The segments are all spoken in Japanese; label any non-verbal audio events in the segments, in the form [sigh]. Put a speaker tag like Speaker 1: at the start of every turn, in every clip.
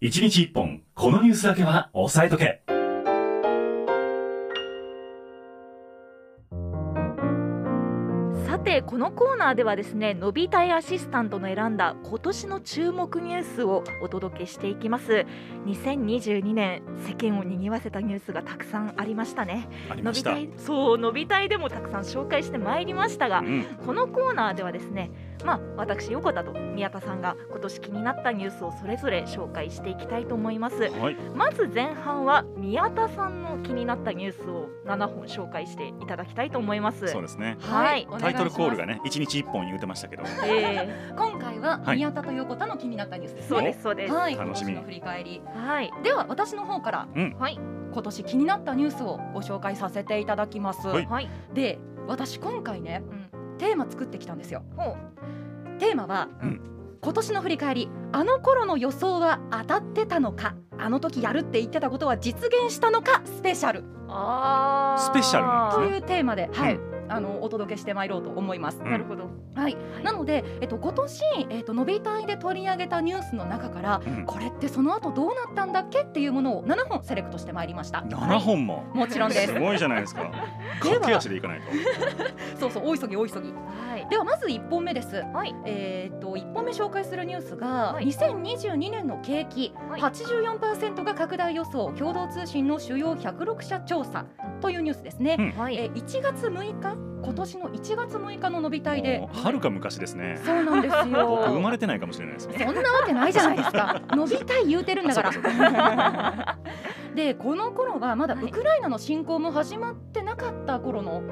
Speaker 1: 一日一本、このニュースだけは押さえとけ。
Speaker 2: さてこのコーナーではですねのびたいアシスタントの選んだ今年の注目ニュースをお届けしていきます2022年世間を賑わせたニュースがたくさんありましたね
Speaker 3: あり
Speaker 2: の
Speaker 3: ま
Speaker 2: び
Speaker 3: した
Speaker 2: た。いそうのびたいでもたくさん紹介してまいりましたが
Speaker 3: うん、
Speaker 2: このコーナーではですねまあ私横田と宮田さんが今年気になったニュースをそれぞれ紹介していきたいと思います
Speaker 3: はい、
Speaker 2: まず前半は宮田さんの気になったニュースを7本紹介していただきたいと思います
Speaker 3: そうですね。
Speaker 2: はい
Speaker 3: タイトルコールが
Speaker 4: ね
Speaker 3: ね、一日一本言うてましたけど、
Speaker 2: え
Speaker 4: 今回は
Speaker 3: はい
Speaker 4: 宮田と横田の気になったニュースで
Speaker 2: ー
Speaker 4: す
Speaker 2: そう
Speaker 4: ね。
Speaker 2: ですそうです
Speaker 4: はい、
Speaker 3: 楽しみ
Speaker 4: 今年の振り返り。
Speaker 2: はい
Speaker 4: では私の方から
Speaker 2: はい
Speaker 4: 今年気になったニュースをご紹介させていただきます。
Speaker 3: はい
Speaker 2: はい
Speaker 4: で、私今回ね
Speaker 2: うん
Speaker 4: テーマ作ってきたんですよ。
Speaker 2: ほ
Speaker 4: テーマは、
Speaker 3: う
Speaker 4: 今年の振り返り。あの頃の予想は当たってたのか、あの時やるって言ってたことは実現したのかスペシャル
Speaker 2: うあー
Speaker 3: スペシャルなんです
Speaker 4: と
Speaker 3: ね
Speaker 4: いうテーマで、はい、
Speaker 3: う
Speaker 4: あのお届けしてまいろうと思います。
Speaker 3: うん
Speaker 2: なるほど
Speaker 4: はい、なので、えっと、今年、えっと、のびたいで取り上げたニュースの中から、
Speaker 3: うん
Speaker 4: これってその後どうなったんだっけっていうものを7本セレクトしてまいりました。
Speaker 3: 七本も。
Speaker 4: もちろんです
Speaker 3: [laughs]
Speaker 4: す。
Speaker 3: ごいじゃないですか。
Speaker 4: では
Speaker 3: 駆け足でいかないと。
Speaker 4: そうそう、大急ぎ大急ぎ。
Speaker 2: はい
Speaker 4: では、まず1本目です。
Speaker 2: はい
Speaker 4: えーっと、1本目紹介するニュースが、
Speaker 2: はい
Speaker 4: 2022年の景気、
Speaker 2: はい
Speaker 4: 84%が拡大予想、共同通信の主要106社調査というニュースですね。
Speaker 3: うん
Speaker 2: はい
Speaker 4: えー1月6日、今年の1月6日ののびたいで
Speaker 3: も、うはるか昔ですね。
Speaker 4: そうなんですよ。
Speaker 3: 僕生まれてないかもしれないです。
Speaker 4: そんなわけないじゃないですか。
Speaker 3: [laughs]
Speaker 4: 伸びたい言うてるんだか。
Speaker 3: あそうから
Speaker 4: で、この頃はまだ
Speaker 2: はい
Speaker 4: ウクライナの侵攻も始まってなかった頃の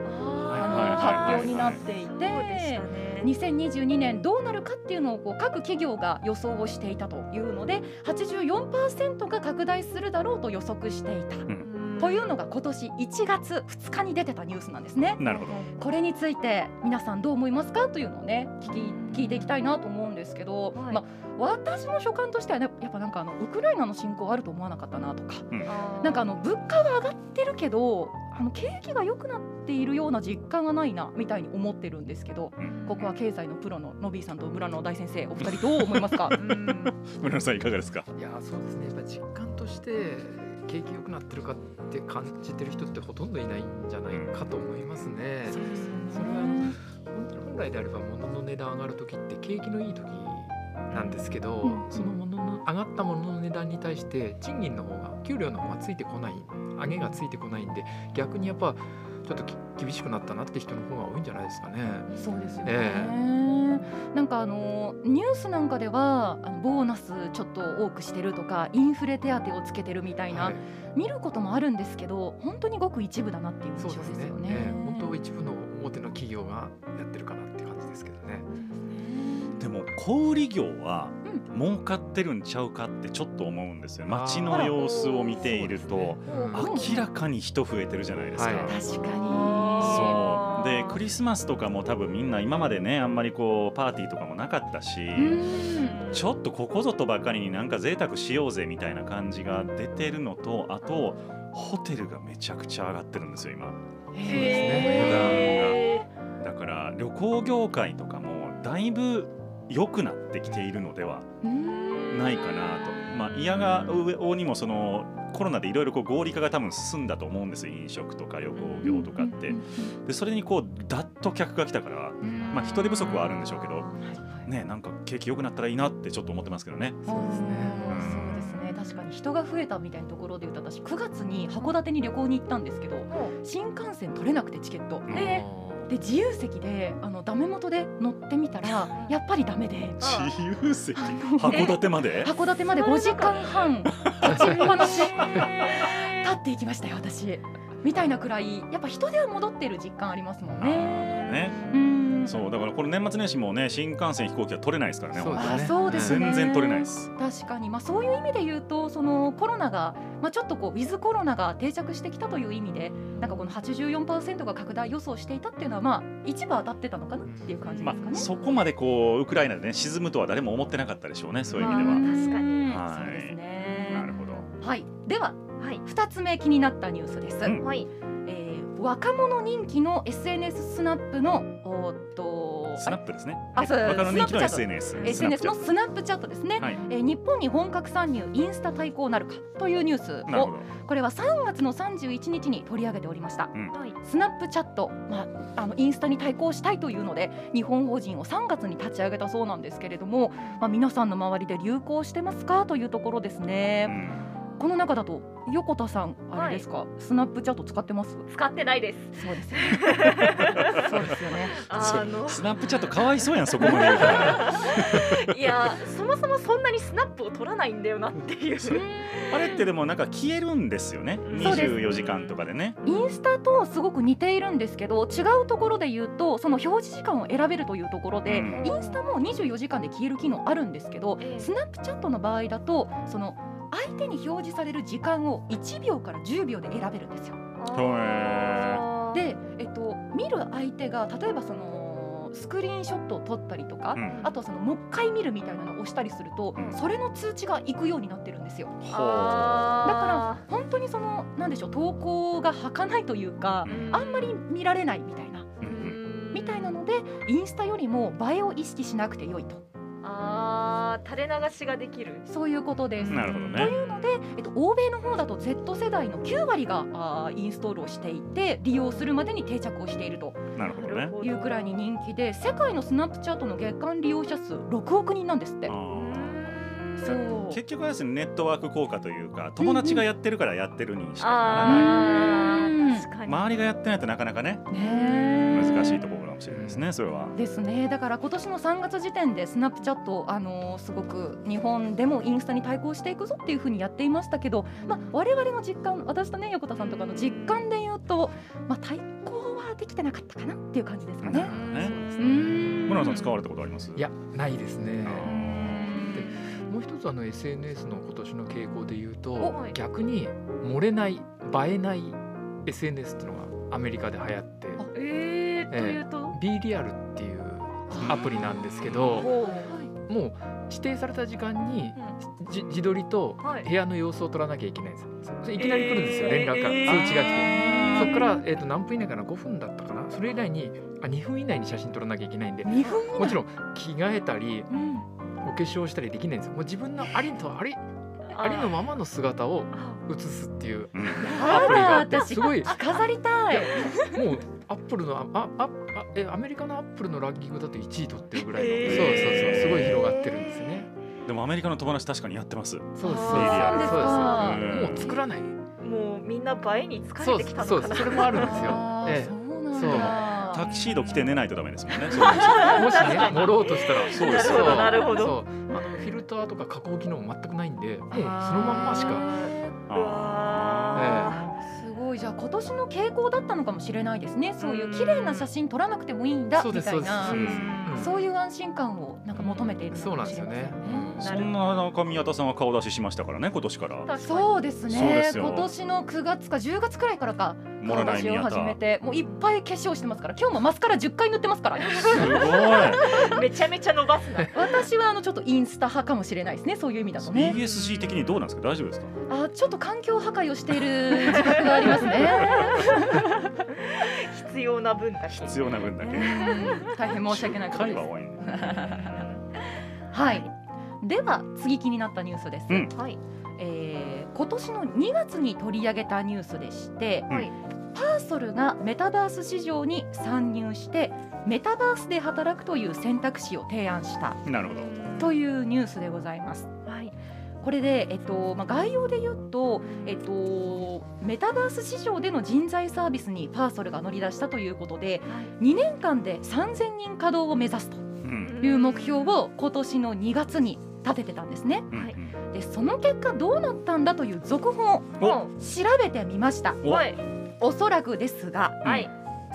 Speaker 3: あ
Speaker 4: あの発表になっ
Speaker 2: い
Speaker 4: てい
Speaker 2: そうでした
Speaker 4: て。
Speaker 2: ね
Speaker 4: 2022年どうなるかっていうのをこう各企業が予想をしていたというので84%が拡大するだろうと予測していたというのが今年1月2日に出てたニュースなんですね。
Speaker 3: なるほど。
Speaker 4: これについて皆さんどう思いますかというのをね聞き聞いていきたいなと思うんですけど、
Speaker 2: はい
Speaker 4: まあ、私の所感としては、ね、やっぱなんかあのウクライナの侵攻あると思わなかったなとか
Speaker 2: あー
Speaker 4: なんかあの物価は上がってるけどあの景気が良くなっているような実感がないなみたいに思ってるんですけどここは経済のプロのノビーさんと村野大先生お二人どう思います [laughs] か
Speaker 2: うん
Speaker 3: 村野さんいかがですか。
Speaker 5: いやーそうですねやっぱり実感として景気良くなってるかって感じてる人ってほとんどいないんじゃないかと思いますね。
Speaker 4: そうですよね
Speaker 5: それはあの本当に本来であれば物の値段上がる時って景気のいい時なんですけど、
Speaker 4: うん
Speaker 5: その物の上がった物の値段に対して賃金の方が給料の方がついてこない上げがついてこないんで逆にやっぱちょっとき厳しくなったなって人の方が多いんじゃないですかね。
Speaker 4: そうですよ
Speaker 5: ねえ
Speaker 4: なんかあのニュースなんかではあのボーナスちょっと多くしてるとかインフレ手当をつけてるみたいな、
Speaker 5: はい
Speaker 4: 見ることもあるんですけど本当にごく一部だなっていう印象
Speaker 5: そうで
Speaker 4: ですす
Speaker 5: ね
Speaker 4: よ
Speaker 5: ええ
Speaker 4: ね。
Speaker 5: 本当一部の表の企業がやってるかなって感じですけどね。
Speaker 3: でも小売業は
Speaker 4: う
Speaker 3: 儲かってるんちゃうかってちょっと思うんですよ。街の様子を見ていると
Speaker 5: うん
Speaker 4: あらそうですね
Speaker 3: 明らかに人増えてるじゃないですか。
Speaker 5: はい
Speaker 4: 確かに
Speaker 3: そうでクリ
Speaker 2: ス
Speaker 3: スマスとかも多分みんな今までねあんまりこうパーティーとかもなかったし、
Speaker 4: うん
Speaker 3: ちょっとここぞとばかりになんか贅沢しようぜみたいな感じが出てるのとあとホテルがめちゃくちゃ上がってるんですよ今
Speaker 2: へ
Speaker 3: だから旅行業界とかもだいぶ良くなってきているのでは
Speaker 4: うん
Speaker 3: ないかなと、まあ、嫌が上にもそのコロナでいろいろこう合理化が多分進んだと思うんですよ飲食とか旅行業とかって
Speaker 4: うん
Speaker 3: でそれにこうだっと客が来たから
Speaker 4: うん
Speaker 3: まあ人手不足はあるんでしょうけど
Speaker 4: はい
Speaker 3: ねなんか景気良くなったらいいなってちょっと思ってますけどね
Speaker 5: そうですね
Speaker 4: あーそうですね確かに人が増えたみたいなところで言うと私9月に函館に旅行に行ったんですけど新幹線取れなくてチケットでで自由席であのダメ元で乗ってみたらやっぱりダメで
Speaker 3: 自由席
Speaker 4: あの
Speaker 3: 函館まで
Speaker 4: 函館まで5時間半立ちっぱなし立っていきましたよ私みたいなくらいやっぱ人手は戻ってる実感ありますもん
Speaker 3: あー
Speaker 4: ね。
Speaker 3: ね
Speaker 4: うん
Speaker 3: そうだからこの年末年始もね新幹線飛行機は取れないですからね
Speaker 5: そう
Speaker 3: 本
Speaker 5: だ
Speaker 4: あ
Speaker 5: ね
Speaker 4: そうですね
Speaker 3: 全然取れないです
Speaker 4: 確かに、まあ、そういう意味で言うとそのコロナが、まあ、ちょっとこうウィズコロナが定着してきたという意味でなんかこの84%が拡大予想していたっていうのは、まあ、一部当たってたのかなっていう感じで
Speaker 3: ます
Speaker 4: かね。
Speaker 3: あそこまでこうウクライナでね沈むとは誰も思ってなかったでしょうねそういう意味で
Speaker 2: ま
Speaker 3: は
Speaker 2: あ。確かに
Speaker 3: はい
Speaker 4: そうです
Speaker 3: な
Speaker 4: ね
Speaker 3: るほど
Speaker 4: はい、では
Speaker 2: はい
Speaker 4: 2つ目気になったニュースです。
Speaker 3: うん
Speaker 2: はい
Speaker 4: えー若者人気の SNS スナップのおーっとと
Speaker 3: スナップですね。
Speaker 4: あそう
Speaker 3: 若者人気の
Speaker 4: スナッ
Speaker 3: SNS。
Speaker 4: SNS の
Speaker 3: ス
Speaker 4: スナップチャットですね、
Speaker 3: ナップはい。
Speaker 4: えー日本に本格参入インスタ対抗なるかというニュース
Speaker 3: なるほ
Speaker 4: を
Speaker 3: ど。
Speaker 4: これは3月の31日に取り上げておりました
Speaker 2: はい
Speaker 4: スナップチャット、まあ、あのインスタに対抗したいというので日本法人を3月に立ち上げたそうなんですけれども、まあ、皆さんの周りで流行してますかというところです
Speaker 3: う
Speaker 4: ね、
Speaker 3: ん
Speaker 4: この中だと横田さんあれですか、スナップチャット使ってます
Speaker 2: 使ってないです。
Speaker 4: そうですよね [laughs] そうですよね
Speaker 2: あの
Speaker 3: スナップチャットかわいそうやんそこまで言うから。
Speaker 2: いやそもそもそんなにスナップを取らないんだよなっていう。
Speaker 3: あれってでもなんか消えるんですよね。
Speaker 2: そうです
Speaker 3: 24時間とかでね。
Speaker 4: インスタとすごく似ているんですけど違うところで言うとその表示時間を選べるというところで、
Speaker 3: うん
Speaker 4: インスタも24時間で消える機能あるんですけど、
Speaker 2: ええ
Speaker 4: スナップチャットの場合だとその相手に表示される時間を1秒から10秒で選べるんですよ。
Speaker 2: あー、
Speaker 4: で、えっと、見る相手が例えばそのスクリーンショットを撮ったりとか、
Speaker 3: うん
Speaker 4: あとはそのもう一回見るみたいなのを押したりすると、
Speaker 3: うん
Speaker 4: それの通知が行くようになってるんですよ。だ
Speaker 2: あ
Speaker 4: から本当にそのなんでしょう投稿が儚ないというか、
Speaker 3: う
Speaker 2: ー
Speaker 4: あんまり見られないみたいな。
Speaker 3: うんうん
Speaker 4: みたいなのでインスタよりも映えを意識しなくて良いと
Speaker 2: あー垂れ流しができる。
Speaker 4: そういうことです。
Speaker 3: なるほど
Speaker 4: と
Speaker 3: ね。
Speaker 4: いうので、えっと、欧米の方だと Z 世代の9割があーインストールをしていて利用するまでに定着をしていると
Speaker 3: なるほどね。
Speaker 4: いうくらいに人気で世界のスナップチャットの月間利用者数6億人なんですって
Speaker 3: あ。ー
Speaker 4: そう
Speaker 3: 結局はですねネットワーク効果というか友達がやってるからやってるにしかならない。
Speaker 2: あ
Speaker 4: うん
Speaker 2: ー確かに。
Speaker 3: 周りがやってないとなかなかね
Speaker 4: ねー
Speaker 3: 難しいところかもしれないですねそれは。
Speaker 4: ですねだから今年の3月時点でスナップチャット、あのーすごく日本でもインスタに対抗していくぞっていうふうにやっていましたけど、まあ、我々の実感私とね横田さんとかの実感で言うと、まあ、対抗はできてなかったかなっていう感じですかね。
Speaker 3: ね
Speaker 2: そうです
Speaker 4: う
Speaker 2: ね
Speaker 4: ん
Speaker 3: 村野さん使われたことあります？
Speaker 5: いやないですね
Speaker 3: あー
Speaker 5: もう一つあの SNS の今年の傾向で言うと
Speaker 2: お
Speaker 5: 逆に漏れない映えない SNS っていうのがアメリカで流行って
Speaker 2: えー、と
Speaker 5: ええ
Speaker 2: いうと、
Speaker 5: B リアルっていうアプリなんですけど
Speaker 2: お
Speaker 5: もう指定された時間に
Speaker 2: う
Speaker 5: じ自撮りと
Speaker 2: はい
Speaker 5: 部屋の様子を撮らなきゃいけないんですそそれいきなり来るんですよ連絡から
Speaker 2: えー
Speaker 5: 通知が来て。そこから、えー、と何分以内かな5分だったかなそれ以内にあ2分以内に写真撮らなきゃいけないんで
Speaker 4: 2分以内
Speaker 5: もちろん着替えたり
Speaker 4: うん
Speaker 5: お化粧したりできないんですよもう自分のありとありありのままの姿を写すっていう
Speaker 3: うん
Speaker 5: アプリが
Speaker 4: あ
Speaker 5: あっ
Speaker 4: ら
Speaker 5: て
Speaker 4: 私
Speaker 5: すごい
Speaker 4: 飾りたい
Speaker 5: もうアップルのああああえアメリカのアップルのランキングだと1位取ってるぐらいの、
Speaker 2: えー
Speaker 5: そうそうそうすごい広がってるんですよね。
Speaker 3: でもアメリカの友達確かにやってます。
Speaker 5: そうです
Speaker 2: あー
Speaker 5: そうです
Speaker 2: そうです
Speaker 4: か
Speaker 5: そうですもう作らない
Speaker 2: もうみんな倍に疲
Speaker 5: そう
Speaker 2: れて
Speaker 5: です
Speaker 2: きた
Speaker 5: そ
Speaker 2: の
Speaker 5: う
Speaker 2: か
Speaker 5: で
Speaker 2: な
Speaker 5: すそれもあるんですよ
Speaker 4: あ。ー
Speaker 5: え
Speaker 4: そうなん
Speaker 3: タ
Speaker 4: だ
Speaker 3: キシード着て寝ないとダメですもん
Speaker 4: [laughs]
Speaker 3: ね。
Speaker 5: え、もしね盛ろうとしたら
Speaker 3: そうです
Speaker 5: そう
Speaker 2: なるほど
Speaker 5: そうあのフィルターとか加工機能も全くないんでもうそのまんましか
Speaker 2: うわ
Speaker 4: すごいじゃあ今年の傾向だったのかもしれないですねそういう綺麗な写真撮らなくてもいいんだ
Speaker 5: そう
Speaker 4: み
Speaker 5: です
Speaker 4: たい
Speaker 5: そ
Speaker 4: な
Speaker 5: うです
Speaker 2: ー
Speaker 4: そういう安心感をなんか求めているの
Speaker 5: そう
Speaker 4: か
Speaker 5: な
Speaker 4: も
Speaker 5: ん
Speaker 4: し
Speaker 5: です
Speaker 4: れ
Speaker 5: よ
Speaker 4: ません
Speaker 5: ね
Speaker 4: ね。。
Speaker 3: そんな中宮田さんは顔出ししましたからね今年から。
Speaker 4: そうですね
Speaker 3: そうですよ
Speaker 4: 今年の9月か10月くらいからか
Speaker 3: もら
Speaker 4: 顔
Speaker 3: な
Speaker 4: 出
Speaker 3: い
Speaker 4: しを
Speaker 3: 宮田。す
Speaker 4: 始
Speaker 3: ごい
Speaker 4: め。てもういっぱい化粧してますから今日もマスカラ10回塗って
Speaker 5: [laughs]
Speaker 4: ますから
Speaker 2: めちゃめちゃ伸ばすな。
Speaker 4: 私はあのちょっとインスタ派かもしれないですねそういう意味だとね
Speaker 3: ESG 的にどうなんですか大丈夫ですか？
Speaker 4: あちょっと環境破壊をしている自覚があります
Speaker 5: [laughs]
Speaker 4: ね
Speaker 2: 必要な分だけ。
Speaker 4: [laughs]
Speaker 3: 必要な分だけ。
Speaker 4: うん大変申し訳ないこと
Speaker 3: 会
Speaker 4: で
Speaker 3: 話
Speaker 4: す
Speaker 3: 多いね。
Speaker 4: はいでは次気になったニュースです、
Speaker 3: うん
Speaker 2: はい。
Speaker 4: えー今年の2月に取り上げたニュースでして、
Speaker 2: はい
Speaker 4: パーソルがメタバース市場に参入してメタバースで働くという選択肢を提案した
Speaker 3: なるほど。
Speaker 4: というニュースでございます。
Speaker 2: はい。
Speaker 4: これで、えっとまあ、概要で言うと、えっと、メタバース市場での人材サービスにパーソルが乗り出したということで2年間で3000人稼働を目指すと
Speaker 3: うん
Speaker 4: いう目標を今年の2月に立ててたんですね。
Speaker 3: うん
Speaker 2: はい
Speaker 4: でその結果どうなったんだという続報を
Speaker 3: お
Speaker 2: も
Speaker 4: 調べてみました
Speaker 2: うはい。
Speaker 4: おそらくですが
Speaker 2: はい。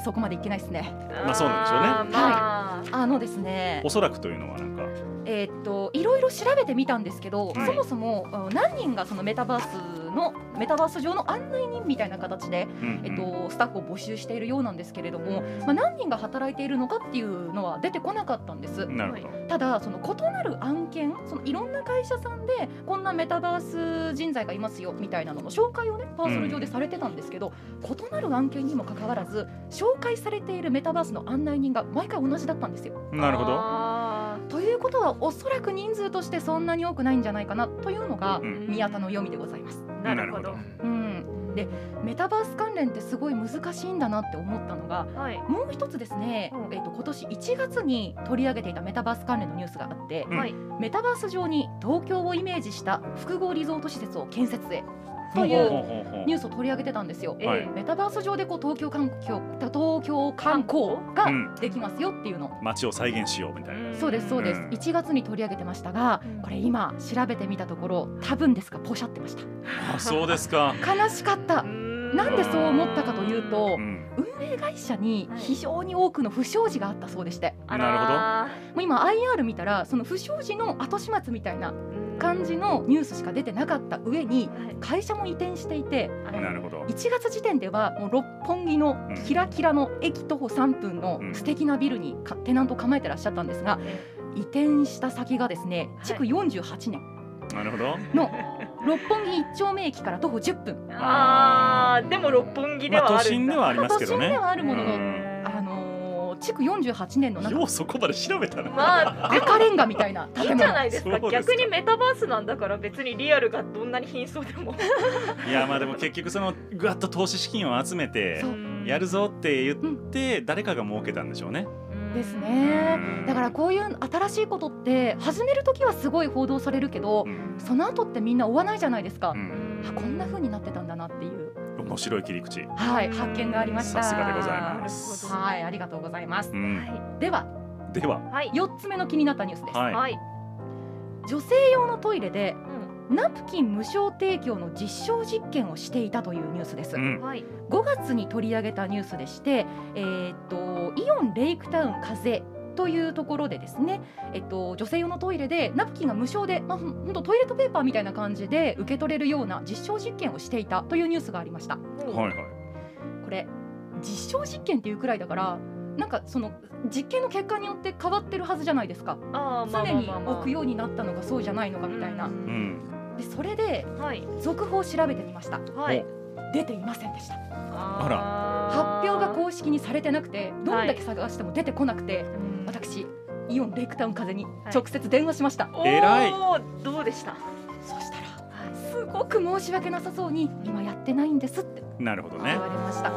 Speaker 4: そこまでいけないですね
Speaker 2: ま
Speaker 3: まあそうなんでしょうね
Speaker 2: まあ、
Speaker 4: あのですね
Speaker 3: おそらくというのはなんか
Speaker 4: えーっといろいろ調べてみたんですけど、
Speaker 3: はい
Speaker 4: そもそもあの何人がそのメタバースのメタバース上の案内人みたいな形で、
Speaker 3: うん
Speaker 4: えっと、スタッフを募集しているようなんですけれども、まあ、何人が働いているのかっていうのは出てこなかったんです。
Speaker 3: なるほど、
Speaker 4: ただその異なる案件そのいろんな会社さんでこんなメタバース人材がいますよみたいなのの紹介をねパーソル上でされてたんですけど、異なる案件にもかかわらず紹介されているメタバースの案内人が毎回同じだったんですよ。
Speaker 3: なるほど
Speaker 2: あ
Speaker 4: ということはおそらく人数としてそんなに多くないんじゃないかなというのが
Speaker 3: うん
Speaker 2: ー
Speaker 4: 宮田の読みでございます。
Speaker 2: なるほ
Speaker 3: なる
Speaker 2: ど
Speaker 4: う
Speaker 5: う。
Speaker 4: んん、でメタバース関連ってすごい難しいんだなって思ったのが
Speaker 2: はい。
Speaker 4: もう一つですね、
Speaker 2: うん
Speaker 4: えっと今年1月に取り上げていたメタバース関連のニュースがあって、
Speaker 3: うん
Speaker 2: はい。
Speaker 4: メタバース上に東京をイメージした複合リゾート施設を建設へ
Speaker 3: ほ
Speaker 4: と
Speaker 3: う
Speaker 4: い
Speaker 3: ほう
Speaker 4: う
Speaker 3: ほうほう
Speaker 4: ニュースを取り上げてたんですよ。
Speaker 2: え
Speaker 3: はい
Speaker 4: メタバース上でこう東京観光東京観光
Speaker 3: う
Speaker 4: が
Speaker 3: ん
Speaker 4: できますよっていうの、
Speaker 3: 街を再現しようみたいな、
Speaker 4: そうですそうです、
Speaker 3: うん
Speaker 4: 1月に取り上げてましたが
Speaker 2: うん
Speaker 4: これ今調べてみたところ多分ですがポシャってました
Speaker 3: あそうですか、
Speaker 4: 悲しかったな
Speaker 2: なん
Speaker 4: でそう思ったかというと
Speaker 3: うん、
Speaker 4: 運営会社に非常に多くの不祥事があったそうでして
Speaker 2: な
Speaker 4: もう今 IR 見たらその不祥事の後始末みたいな
Speaker 2: るほど
Speaker 4: 感じのニュースしか出てなかった上に
Speaker 2: はい
Speaker 4: 会社も移転していて
Speaker 2: はい
Speaker 3: なるほど
Speaker 4: 1月時点ではもう六本木のキラキラの駅徒歩3分の
Speaker 3: うん
Speaker 4: 素敵なビルにかテナントを構えてらっしゃったんですが移転した先がですね
Speaker 2: はい
Speaker 4: 築48年
Speaker 3: なるほど [laughs]
Speaker 4: の六本木一丁目駅から徒歩10分
Speaker 2: あーでも六本木で
Speaker 3: まあ
Speaker 2: はあ
Speaker 3: 都
Speaker 2: る
Speaker 3: 心
Speaker 2: ん
Speaker 3: で
Speaker 2: だ、
Speaker 3: はありますけど
Speaker 4: 都心で
Speaker 3: ね
Speaker 4: はあるものの
Speaker 3: うん
Speaker 4: あのー築48年の中
Speaker 3: ようそこまで調べたな、
Speaker 2: まあ
Speaker 4: 赤レンガみたいない
Speaker 2: い
Speaker 4: 建
Speaker 2: んじゃ
Speaker 4: 物
Speaker 2: ないです
Speaker 3: そ
Speaker 2: か
Speaker 3: うですか
Speaker 2: 逆にメタバースなんだから別にリアルがどんなに貧相で
Speaker 4: [laughs]
Speaker 2: も
Speaker 3: いやまあでも結局そのぐわっと投資資金を集めて
Speaker 4: そう
Speaker 3: やるぞって言って誰かが儲けたんでしょうね。
Speaker 4: です
Speaker 3: う
Speaker 4: ね
Speaker 3: ん
Speaker 4: だからこういう新しいことって始める時はすごい報道されるけど
Speaker 3: うん
Speaker 4: その後ってみんな追わないじゃないですか、
Speaker 3: うん
Speaker 4: あこんな風になってたんだなっていう
Speaker 3: 面白い切り口。
Speaker 4: はい発見がありました
Speaker 3: さすがでございます
Speaker 4: はいありがとうございます
Speaker 3: う、
Speaker 2: うんは
Speaker 4: ではい
Speaker 3: では、
Speaker 2: いはい
Speaker 4: 4つ目の気になったニュースです、
Speaker 3: はい、
Speaker 2: はい、
Speaker 4: 女性用のトイレで
Speaker 2: う
Speaker 4: ナプキン無償提供の実証実験をしていたというニュースです、
Speaker 3: うん
Speaker 2: ん、はい
Speaker 4: 5月に取り上げたニュースでして、えーっとイオンレイクタウン風というところでですね、えっと、女性用のトイレでナプキンが無償で、まあ、ほんほんとトイレットペーパーみたいな感じで受け取れるような実証実験をしていたというニュースがありました。
Speaker 3: はいはい。
Speaker 4: これ実証実験っていうくらいだからなんかその実験の結果によって変わってるはずじゃないですか
Speaker 2: あーま
Speaker 4: 常
Speaker 2: あ
Speaker 4: に
Speaker 2: まあまあまあ
Speaker 4: 置くようになったのかそうじゃないのかみたいな
Speaker 2: う
Speaker 3: うんん、
Speaker 4: でそれで
Speaker 2: はい
Speaker 4: 続報を調べてみました
Speaker 2: はい
Speaker 4: 出ていませんでした
Speaker 2: あ
Speaker 3: ら
Speaker 4: 発表が
Speaker 2: う
Speaker 4: 公式にされてなくてどんだけ探しても出てこなくて、私イオンレイクタウン風に直接電話しました、
Speaker 3: 偉い
Speaker 2: おーどうでした
Speaker 4: そしたらすごく申し訳なさそうに今やってないんですって
Speaker 3: なるほど
Speaker 4: 言
Speaker 3: ね
Speaker 4: わ。れました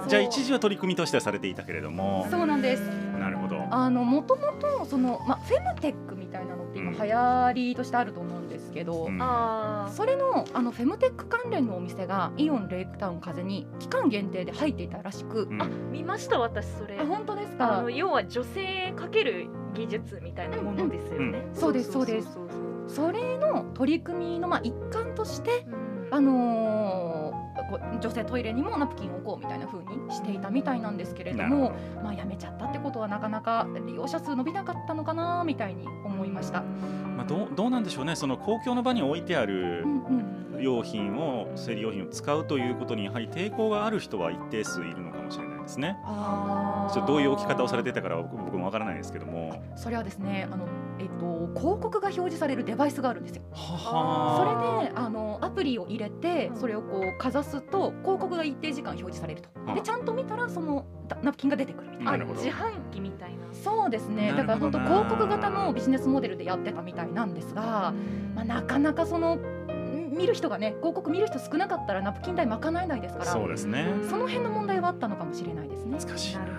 Speaker 4: そう
Speaker 3: じゃあ一時は取り組みとしてはされていたけれども、
Speaker 4: そうなんです
Speaker 3: なるほど。
Speaker 4: あのもともとその、ま、フェムテックみたいなのって今
Speaker 3: うん
Speaker 4: 流行りとしてあると思うんですけど、
Speaker 3: うん
Speaker 2: あー
Speaker 4: それのあのフェムテック関連のお店がイオンレイクタウン風に期間限定で入っていたらしく、
Speaker 3: うん
Speaker 2: あ見ました私それ
Speaker 4: あ本当です
Speaker 2: あ
Speaker 4: か
Speaker 2: の要は女性かける技術みたいなものですよ
Speaker 3: うんう
Speaker 2: ね、
Speaker 3: ん
Speaker 4: そうですそうです
Speaker 2: そうそうそう
Speaker 4: それの取り組みのまあ一環として、
Speaker 2: うん
Speaker 4: あのーこう女性トイレにもナプキンを置こうみたいな風にしていたみたいなんですけれど
Speaker 3: なるほ
Speaker 4: もまあやめちゃったってことはなかなか利用者数伸びなかったのかなみたいに思いました。
Speaker 3: まあどうどうなんでしょうね。その公共の場に置いてある
Speaker 4: うんうん
Speaker 3: 用品を生理用品を使うということにやはり抵抗がある人は一定数いるのかもしれないですね。
Speaker 4: あー
Speaker 3: ちょっとどういう置き方をされてたから僕僕もわからないですけども。
Speaker 4: それはですねあの、えっと、広告が表示されるデバイスがあるんですよそれ
Speaker 2: は
Speaker 4: であのアプリを入れて
Speaker 2: うん
Speaker 4: それをこうかざすと広告が一定時間表示されると
Speaker 3: うん
Speaker 4: でちゃんと見たらそのだナプキンが出てくるみたいな
Speaker 3: なるほど
Speaker 2: 自販機みたいな
Speaker 4: そうですね
Speaker 3: なる
Speaker 4: だか
Speaker 3: ほ
Speaker 4: ら本
Speaker 3: ど
Speaker 4: 当
Speaker 3: な
Speaker 4: 広告型のビジネスモデルでやってたみたいなんですが、まあ、なかなかそのん見る人がね広告見る人少なかったらナプキン代賄えないですから
Speaker 3: そうですね。
Speaker 4: その辺の問題はあったのかもしれないですね。
Speaker 3: 難しいな
Speaker 2: なる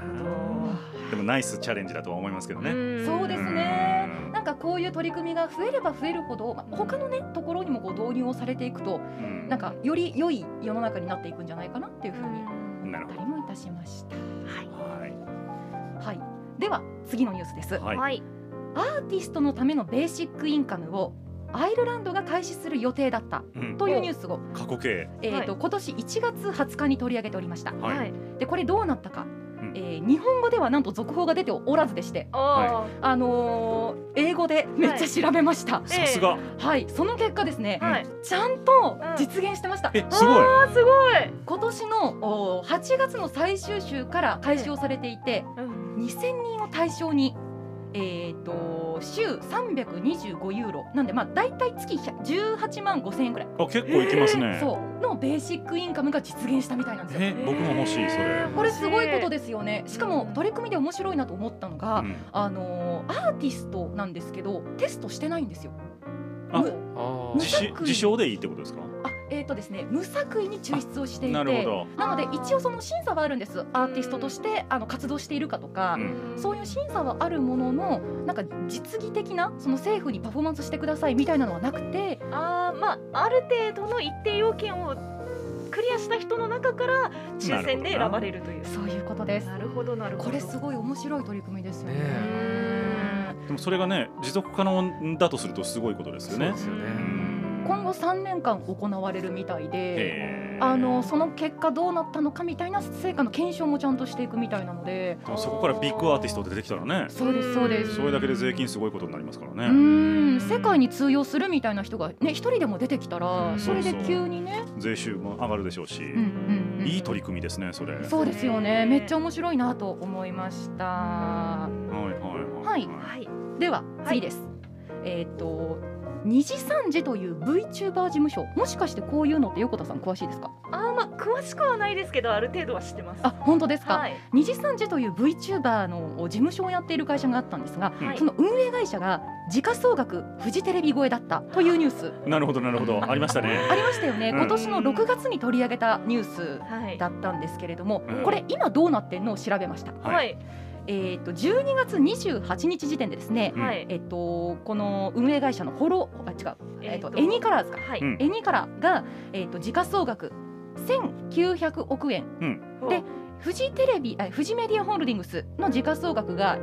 Speaker 3: でもナイスチャレンジだとは思いますけどね。
Speaker 4: そうですね
Speaker 3: うん
Speaker 4: なんかこういう取り組みが増えれば増えるほど、まあ、他のねところにもこう導入をされていくと
Speaker 3: うん
Speaker 4: なんかより良い世の中になっていくんじゃないかなっていうふうに
Speaker 3: なるほ
Speaker 4: 思った
Speaker 3: ど
Speaker 4: りもいたしました。
Speaker 3: は
Speaker 4: はい、では次のニュースです。
Speaker 3: い。はい。
Speaker 2: はい
Speaker 4: アーティストのためのベーシックインカムをアイルランドが開始する予定だった
Speaker 3: うん
Speaker 4: というニュースを、
Speaker 3: 過去形。
Speaker 4: えーと今年1月20日に取り上げておりました。
Speaker 2: は
Speaker 3: はいい。
Speaker 4: でこれどうなったか、
Speaker 3: ううん
Speaker 4: えー日本語ではなんと続報が出ておらずでして、
Speaker 2: おー
Speaker 4: あのー英語でめっちゃ調べました。はい、
Speaker 3: さすが。
Speaker 4: その結果ですね、
Speaker 2: はい。
Speaker 4: ちゃんと
Speaker 2: うん
Speaker 4: 実現してました。
Speaker 3: え、すごい。
Speaker 2: あーすごい。
Speaker 4: 今年のおー8月の最終週から開始をされていて、
Speaker 2: うん
Speaker 4: 2000人を対象に、えー、と週325ユーロなんで、まあ、大体月100 18万5000円くらい、
Speaker 3: あ、結構いきますね。
Speaker 4: そうのベーシックインカムが実現したみたいなんですよ。
Speaker 3: え、僕も欲しい、それ。
Speaker 4: これすごいこと
Speaker 2: で
Speaker 4: ですよねしかも取り組みで面白いなと思ったのが、
Speaker 3: うん
Speaker 4: あのーアーティストなんですけどテストしてないんですよ。
Speaker 3: あ
Speaker 4: む
Speaker 5: あ
Speaker 4: 無
Speaker 3: 自
Speaker 4: 作
Speaker 3: 信
Speaker 4: 為
Speaker 3: 自称でいいってことですか。
Speaker 4: あえーとですね、無作為に抽出をしていて
Speaker 3: なるほど。
Speaker 4: なので一応その審査はあるんですアーティストとしてあの活動しているかとか、そういう審査はあるもののなんか実技的なその政府にパフォーマンスしてくださいみたいなのはなくて
Speaker 2: あーまあある程度の一定要件をクリアした人の中から抽選で選ばれるという。
Speaker 4: そういうことです
Speaker 2: なるほどなるほど。
Speaker 4: これすごい面白い取り組みですよね
Speaker 5: ね
Speaker 2: え
Speaker 3: でもそれがね、持続可能だとするとすごいことですよね
Speaker 5: そうで。すよね
Speaker 3: うん
Speaker 4: 今後3年間行われるみたいで
Speaker 3: へー
Speaker 4: あのその結果どうなったのかみたいな成果の検証もちゃんとしていくみたいなので
Speaker 3: でもそこからビッグアーティスト出てきたらね、
Speaker 4: そうですそうです
Speaker 3: それだけで税金すごいことになりますから
Speaker 4: う
Speaker 3: ね。
Speaker 4: ーん世界に通用するみたいな人がね一人でも出てきたらそれで急にね
Speaker 3: 税収も上がるでしょうし、
Speaker 4: うんうんうん
Speaker 3: いい取り組みですね、それ。はい
Speaker 4: そうですよねめっちゃ面白いなと思いました
Speaker 3: はいはい。
Speaker 4: は
Speaker 2: はい。
Speaker 4: では
Speaker 2: はい
Speaker 4: 次です、えーっ、と二次三次という VTuber 事務所もしかしてこういうのって横田さん詳しいですか
Speaker 2: あーまあ詳しくはないですけどある程度は知ってます。
Speaker 4: あ本当ですか、
Speaker 2: はい。
Speaker 4: 二次三次という VTuber の事務所をやっている会社があったんですが、
Speaker 3: うん
Speaker 2: はい
Speaker 4: その運営会社が時価総額フジテレビ超えだったというニュース
Speaker 3: なるほどなるほど、ありました
Speaker 4: [laughs]
Speaker 3: ね。
Speaker 4: ありましたよね、
Speaker 3: うん
Speaker 4: 今年の6月に取り上げたニュース
Speaker 2: はい。
Speaker 4: だったんですけれども、
Speaker 3: うん
Speaker 4: これ今どうなってんのを調べました、
Speaker 2: は。い。
Speaker 4: えー、と12月28日時点でですね、
Speaker 3: うん
Speaker 2: はい。
Speaker 4: えっと、この運営会社のホロあ違う、えっと
Speaker 2: えーと
Speaker 4: エニカラーズか、
Speaker 2: はい。
Speaker 3: うん
Speaker 4: エニカラーが、えっと、時価総額1900億円でフジテレビあフジメディアホールディングスの時価総額が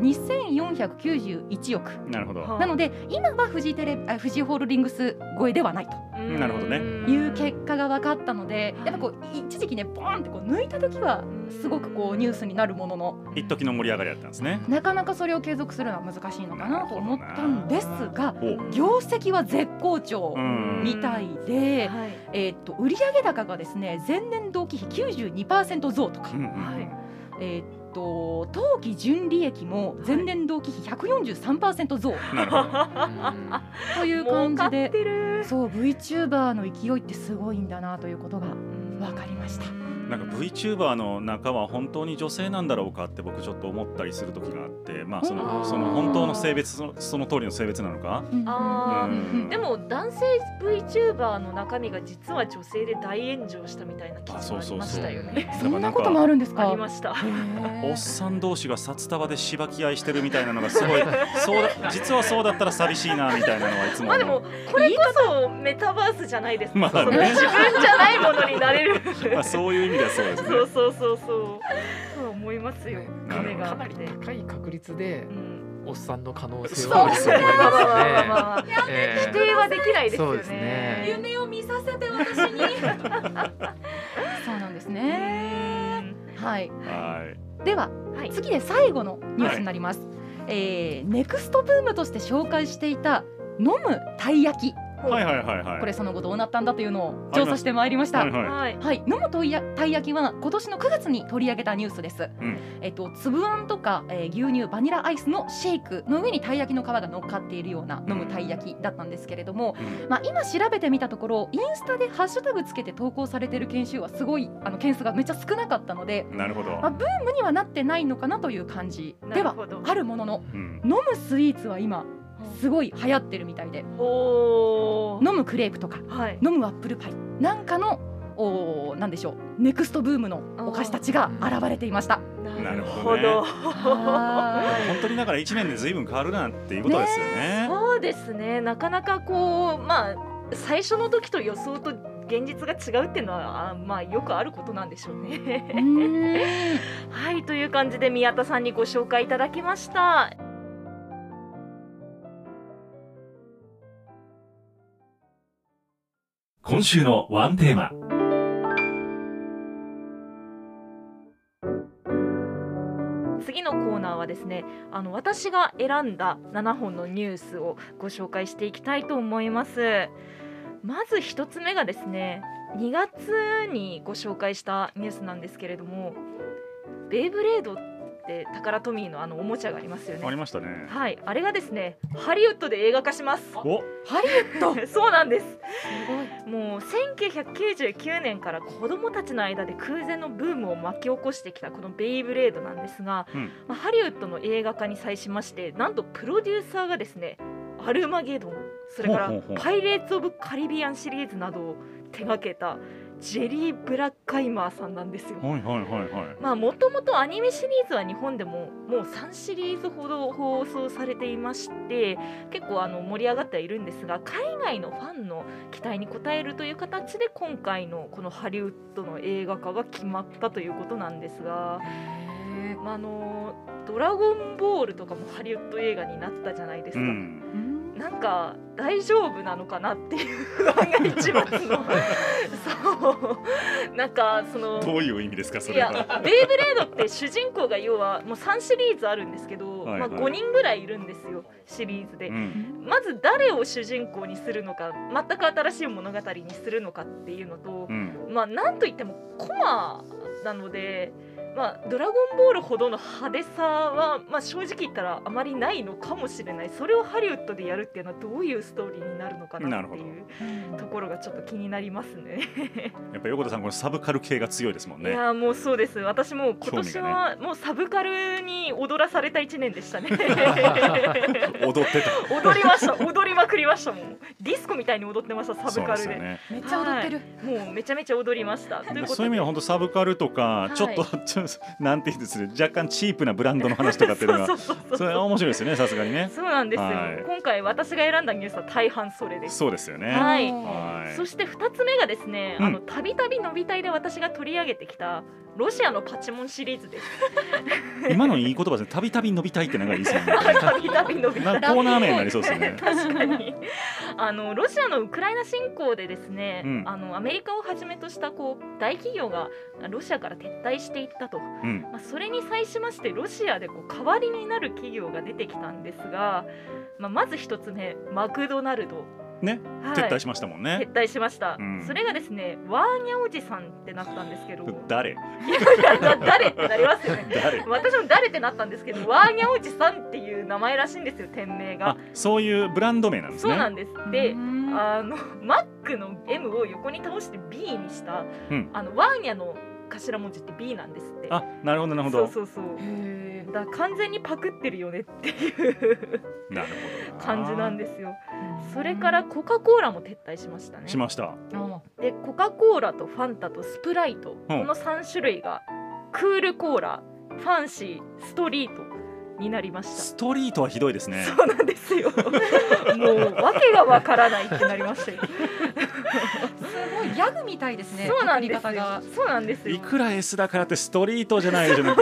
Speaker 4: 2491億
Speaker 3: なるほど。
Speaker 4: なので今はフジテレビあフジホールディングス超えではない
Speaker 2: うん
Speaker 3: なるほどね
Speaker 4: という結果が分かったのでやっぱこう一時期ねボーンってこう抜いた時はすごくこうニュースになるものの
Speaker 3: 一時の盛り上がりだったんですね。
Speaker 4: なかなかそれを継続するのは難しいのかなと思ったんですが
Speaker 3: お、
Speaker 4: 業績は絶好調
Speaker 3: うん
Speaker 4: みたいで、
Speaker 2: はい。
Speaker 4: えー、と売上高がですね前年同期比92%増とか。
Speaker 3: うんうん
Speaker 2: はい
Speaker 4: えーっと当期純利益も前年同期比143%増
Speaker 3: なるほど。
Speaker 4: と [laughs] いう
Speaker 2: 儲
Speaker 4: 感じ
Speaker 2: かっ
Speaker 4: で、
Speaker 2: てる。
Speaker 4: そう VTuber の勢いってすごいんだなということが分かりました。
Speaker 3: なんか VTuber の中は本当に女性なんだろうかって僕ちょっと思ったりする時があって、まあそ
Speaker 5: あ
Speaker 3: の
Speaker 5: ー
Speaker 3: その本当の性別そのその通りの性別なのか。
Speaker 2: あー
Speaker 3: うん
Speaker 2: でも男性 VTuber の中身が実は女性で大炎上したみたいな記事がありましたよね。
Speaker 4: え
Speaker 3: だ
Speaker 4: そ
Speaker 3: から
Speaker 4: ん
Speaker 3: な
Speaker 4: なんこともあ
Speaker 3: か
Speaker 4: るんです
Speaker 2: [laughs] あ
Speaker 4: か
Speaker 2: り。まし
Speaker 3: お
Speaker 2: た。
Speaker 4: へ
Speaker 3: っ
Speaker 4: ー
Speaker 3: さん同士が札束でしばき合いしてるみたいなのがすごいそうだ実はそうだったら寂しいなみたいなのはいつも
Speaker 2: まあで
Speaker 3: 思う
Speaker 2: もこれこそメタバースじゃないですか。
Speaker 3: まあね
Speaker 2: その自分じゃないものになれる。
Speaker 3: まあそういう意味ではそうですね
Speaker 2: そうそうそうそう。そう思いますよ。
Speaker 3: なるほ
Speaker 2: 壁
Speaker 3: ど
Speaker 2: があ
Speaker 5: か
Speaker 2: っ
Speaker 5: なり
Speaker 2: て。
Speaker 5: 高い確率で
Speaker 2: うん
Speaker 5: おっさんの可能性
Speaker 2: そう
Speaker 5: はあ
Speaker 2: で
Speaker 5: る
Speaker 2: す
Speaker 5: と
Speaker 2: ね。
Speaker 5: 思
Speaker 2: ま
Speaker 5: い
Speaker 2: あまあまあ
Speaker 5: ま
Speaker 2: まあ。
Speaker 5: すねえ
Speaker 2: 否定はできないです
Speaker 5: そう
Speaker 2: よ
Speaker 5: です
Speaker 2: ね。
Speaker 5: ね
Speaker 4: 夢を見させて私に。そうなんですね。はい。
Speaker 3: はい
Speaker 4: では
Speaker 2: はい。
Speaker 4: 次で最後のニュースになります。えーネクストブームとして紹介していた飲むたい焼き。
Speaker 3: はいはいはいはい
Speaker 4: これその後どうなったんだというのを調査してまいりました。
Speaker 3: はいはい
Speaker 2: はい。
Speaker 4: はい、飲むといやたい焼きは今年の9月に取り上げたニュースです。
Speaker 3: ん
Speaker 4: えっと粒あんとか、えー牛乳バニラアイスのシェイクの上にたい焼きの皮が乗っかっているような飲むたい焼きだったんですけれども、
Speaker 3: うん
Speaker 4: まあ今調べてみたところインスタでハッシュタグつけて投稿されている研修はすごいあの件数がめっちゃ少なかったので、
Speaker 3: なるほど
Speaker 4: まあ、ブームにはなってないのかなという感じ
Speaker 2: な
Speaker 4: で
Speaker 2: る
Speaker 4: は
Speaker 2: ほど
Speaker 4: あるものの
Speaker 3: うん
Speaker 4: 飲むスイーツは今すごい流行ってるみたいで
Speaker 2: ほー
Speaker 4: 飲むクレープとか
Speaker 2: はい。
Speaker 4: 飲むアップルパイなんかのおーなんでしょうネクストブームのお菓子たちが現れていました。
Speaker 3: なるほどね本当にだから一年で随分変わるなっていうことですよね
Speaker 2: そうですね。なかなかこうまあ最初の時と予想と現実が違うっていうのはあまあよくあることなんでしょうね。
Speaker 4: うーん
Speaker 2: [laughs] はいという感じで宮田さんにご紹介いただきました。
Speaker 1: 今週のワンテーマ。
Speaker 2: のコーナーはですねあの私が選んだ7本のニュースをご紹介していきたいと思いますまず一つ目がですね2月にご紹介したニュースなんですけれどもベイブレードってタカラトミーのあのおもちゃがありますよ
Speaker 3: あり
Speaker 2: ね
Speaker 3: ましたね。
Speaker 2: はいあれがですねハリウッドで映画化します
Speaker 3: お、
Speaker 4: ハリウッ
Speaker 2: [laughs]
Speaker 4: ド
Speaker 2: そうなんですもう1999年から子どもたちの間で空前のブームを巻き起こしてきたこの「ベイブレード」なんですが、
Speaker 3: うん
Speaker 2: まあ、ハリウッドの映画化に際しましてなんとプロデューサーがですね「アルマゲドン」それから
Speaker 3: ほうほうほ
Speaker 2: 「
Speaker 3: う
Speaker 2: パイレーツ・オブ・カリビアン」シリーズなどを手掛けたジェリー・ブラッカイマーさんなんですよ。
Speaker 3: はいはいはいはい。
Speaker 2: まあもともとアニメシリーズは日本でももう3シリーズほど放送されていまして結構あの盛り上がってはいるんですが海外のファンの期待に応えるという形で今回のこのハリウッドの映画化が決まったということなんですが、まあ、あのドラゴンボールとかもハリウッド映画になったじゃないです
Speaker 3: うん。
Speaker 2: か。
Speaker 4: うん
Speaker 2: なんか大丈夫なのかなっていう不安が
Speaker 3: [laughs]
Speaker 2: 一番のそうなんかその
Speaker 3: どういう意味ですかそ
Speaker 2: い
Speaker 3: れ
Speaker 2: や
Speaker 3: は。
Speaker 2: 「ベイブレード」って主人公が要はもう3シリーズあるんですけど、
Speaker 3: はいはい
Speaker 2: まあ、5人ぐらいいるんですよシリーズで、
Speaker 3: うん。
Speaker 2: まず誰を主人公にするのか全く新しい物語にするのかっていうのと
Speaker 3: う、ん。
Speaker 2: まあなんといってもコマなので。まあ、ドラゴンボールほどの派手さは、まあ、正直言ったらあまりないのかもしれないそれをハリウッドでやるっていうのはどういうストーリーになるのかなっていうところがちょっと気になりますね。
Speaker 3: やっぱ横田さんこのサブカル系が強いですもん
Speaker 2: い
Speaker 3: ね。
Speaker 2: やーもうそうです私もう今年はもうサブカルに踊らされた1年でし
Speaker 3: [laughs]
Speaker 2: たね
Speaker 3: 踊ってた。
Speaker 2: 踊りました踊りまくりましたもんディスコみたいに踊ってました [laughs] サブカル
Speaker 3: そうですよ
Speaker 2: で
Speaker 3: ね。
Speaker 4: めっちゃ踊ってる、
Speaker 2: もうめちゃめちゃ踊りましたということ
Speaker 3: そういう意味では本当サブカルとか、
Speaker 2: い
Speaker 3: ちょっとちょっとなんていうんですね若干チープなブランドの話とかっていうのが
Speaker 2: [laughs] そうそうそう
Speaker 3: そ
Speaker 2: そう
Speaker 3: れは面白いですよねさすがにね
Speaker 2: そうなんですよ、
Speaker 3: はい
Speaker 2: 今回私が選んだニュースは大半それです
Speaker 3: そうですよね
Speaker 2: は
Speaker 3: はいい
Speaker 2: そして2つ目がですね
Speaker 3: うん
Speaker 2: あのたびたびのびたいで私が取り上げてきたロシアのパチモンシリーズです
Speaker 3: 今のいい言葉ですねたびたび伸びたいってなんかいいですよね
Speaker 2: た [laughs] びたびのびたい
Speaker 3: なんかコーナー名になりそうですよね
Speaker 2: 確かにあのロシアのウクライナ侵攻でですね、
Speaker 3: うん
Speaker 2: あのアメリカをはじめとしたこう大企業がロシアから撤退していったと、
Speaker 3: うん
Speaker 2: まあ、それに際しましてロシアでこう代わりになる企業が出てきたんですが、まあ、まず一つ目マクドナルド、
Speaker 3: ね
Speaker 2: はい
Speaker 3: 撤退しましたもんね
Speaker 2: 撤退しました、
Speaker 3: うん
Speaker 2: それがですねワーニャおじさんってなったんですけ
Speaker 3: [laughs]
Speaker 2: ど
Speaker 3: 誰
Speaker 2: 誰ってなりますよね
Speaker 3: 誰
Speaker 2: 私も誰ってなったんですけどワーニャおじさんっていう名前らしいんですよ店名が
Speaker 3: あそういうブランド名なんです
Speaker 2: そうな
Speaker 3: ね
Speaker 2: んです、で
Speaker 4: うん
Speaker 2: あのマックの M を横に倒して B にした、
Speaker 3: うん
Speaker 2: あのワーニャの頭文字って B なんですって
Speaker 3: あなるほどなるほど
Speaker 2: そうそうそう
Speaker 4: へ
Speaker 2: だから完全にパクってるよねっていう
Speaker 3: なるほど
Speaker 2: 感じなん
Speaker 3: で
Speaker 2: ですよ
Speaker 4: ー
Speaker 2: それからコカ・コーラも撤退しましたね
Speaker 3: しました
Speaker 4: あ
Speaker 2: でコカ・コーラとファンタとスプライト、
Speaker 3: うん
Speaker 2: この3種類がクールコーラファンシーストリートになりました
Speaker 3: ストリートはひどいですね
Speaker 2: そうなんで
Speaker 3: [laughs]
Speaker 2: すよもう訳がわからないってなりましたよ
Speaker 4: すごいギャグみたいですね
Speaker 2: そうなんですよ
Speaker 4: 作り方が。
Speaker 2: そうなんですよ
Speaker 3: いくら S だからってストリートじゃないでし
Speaker 2: [laughs]
Speaker 3: ょも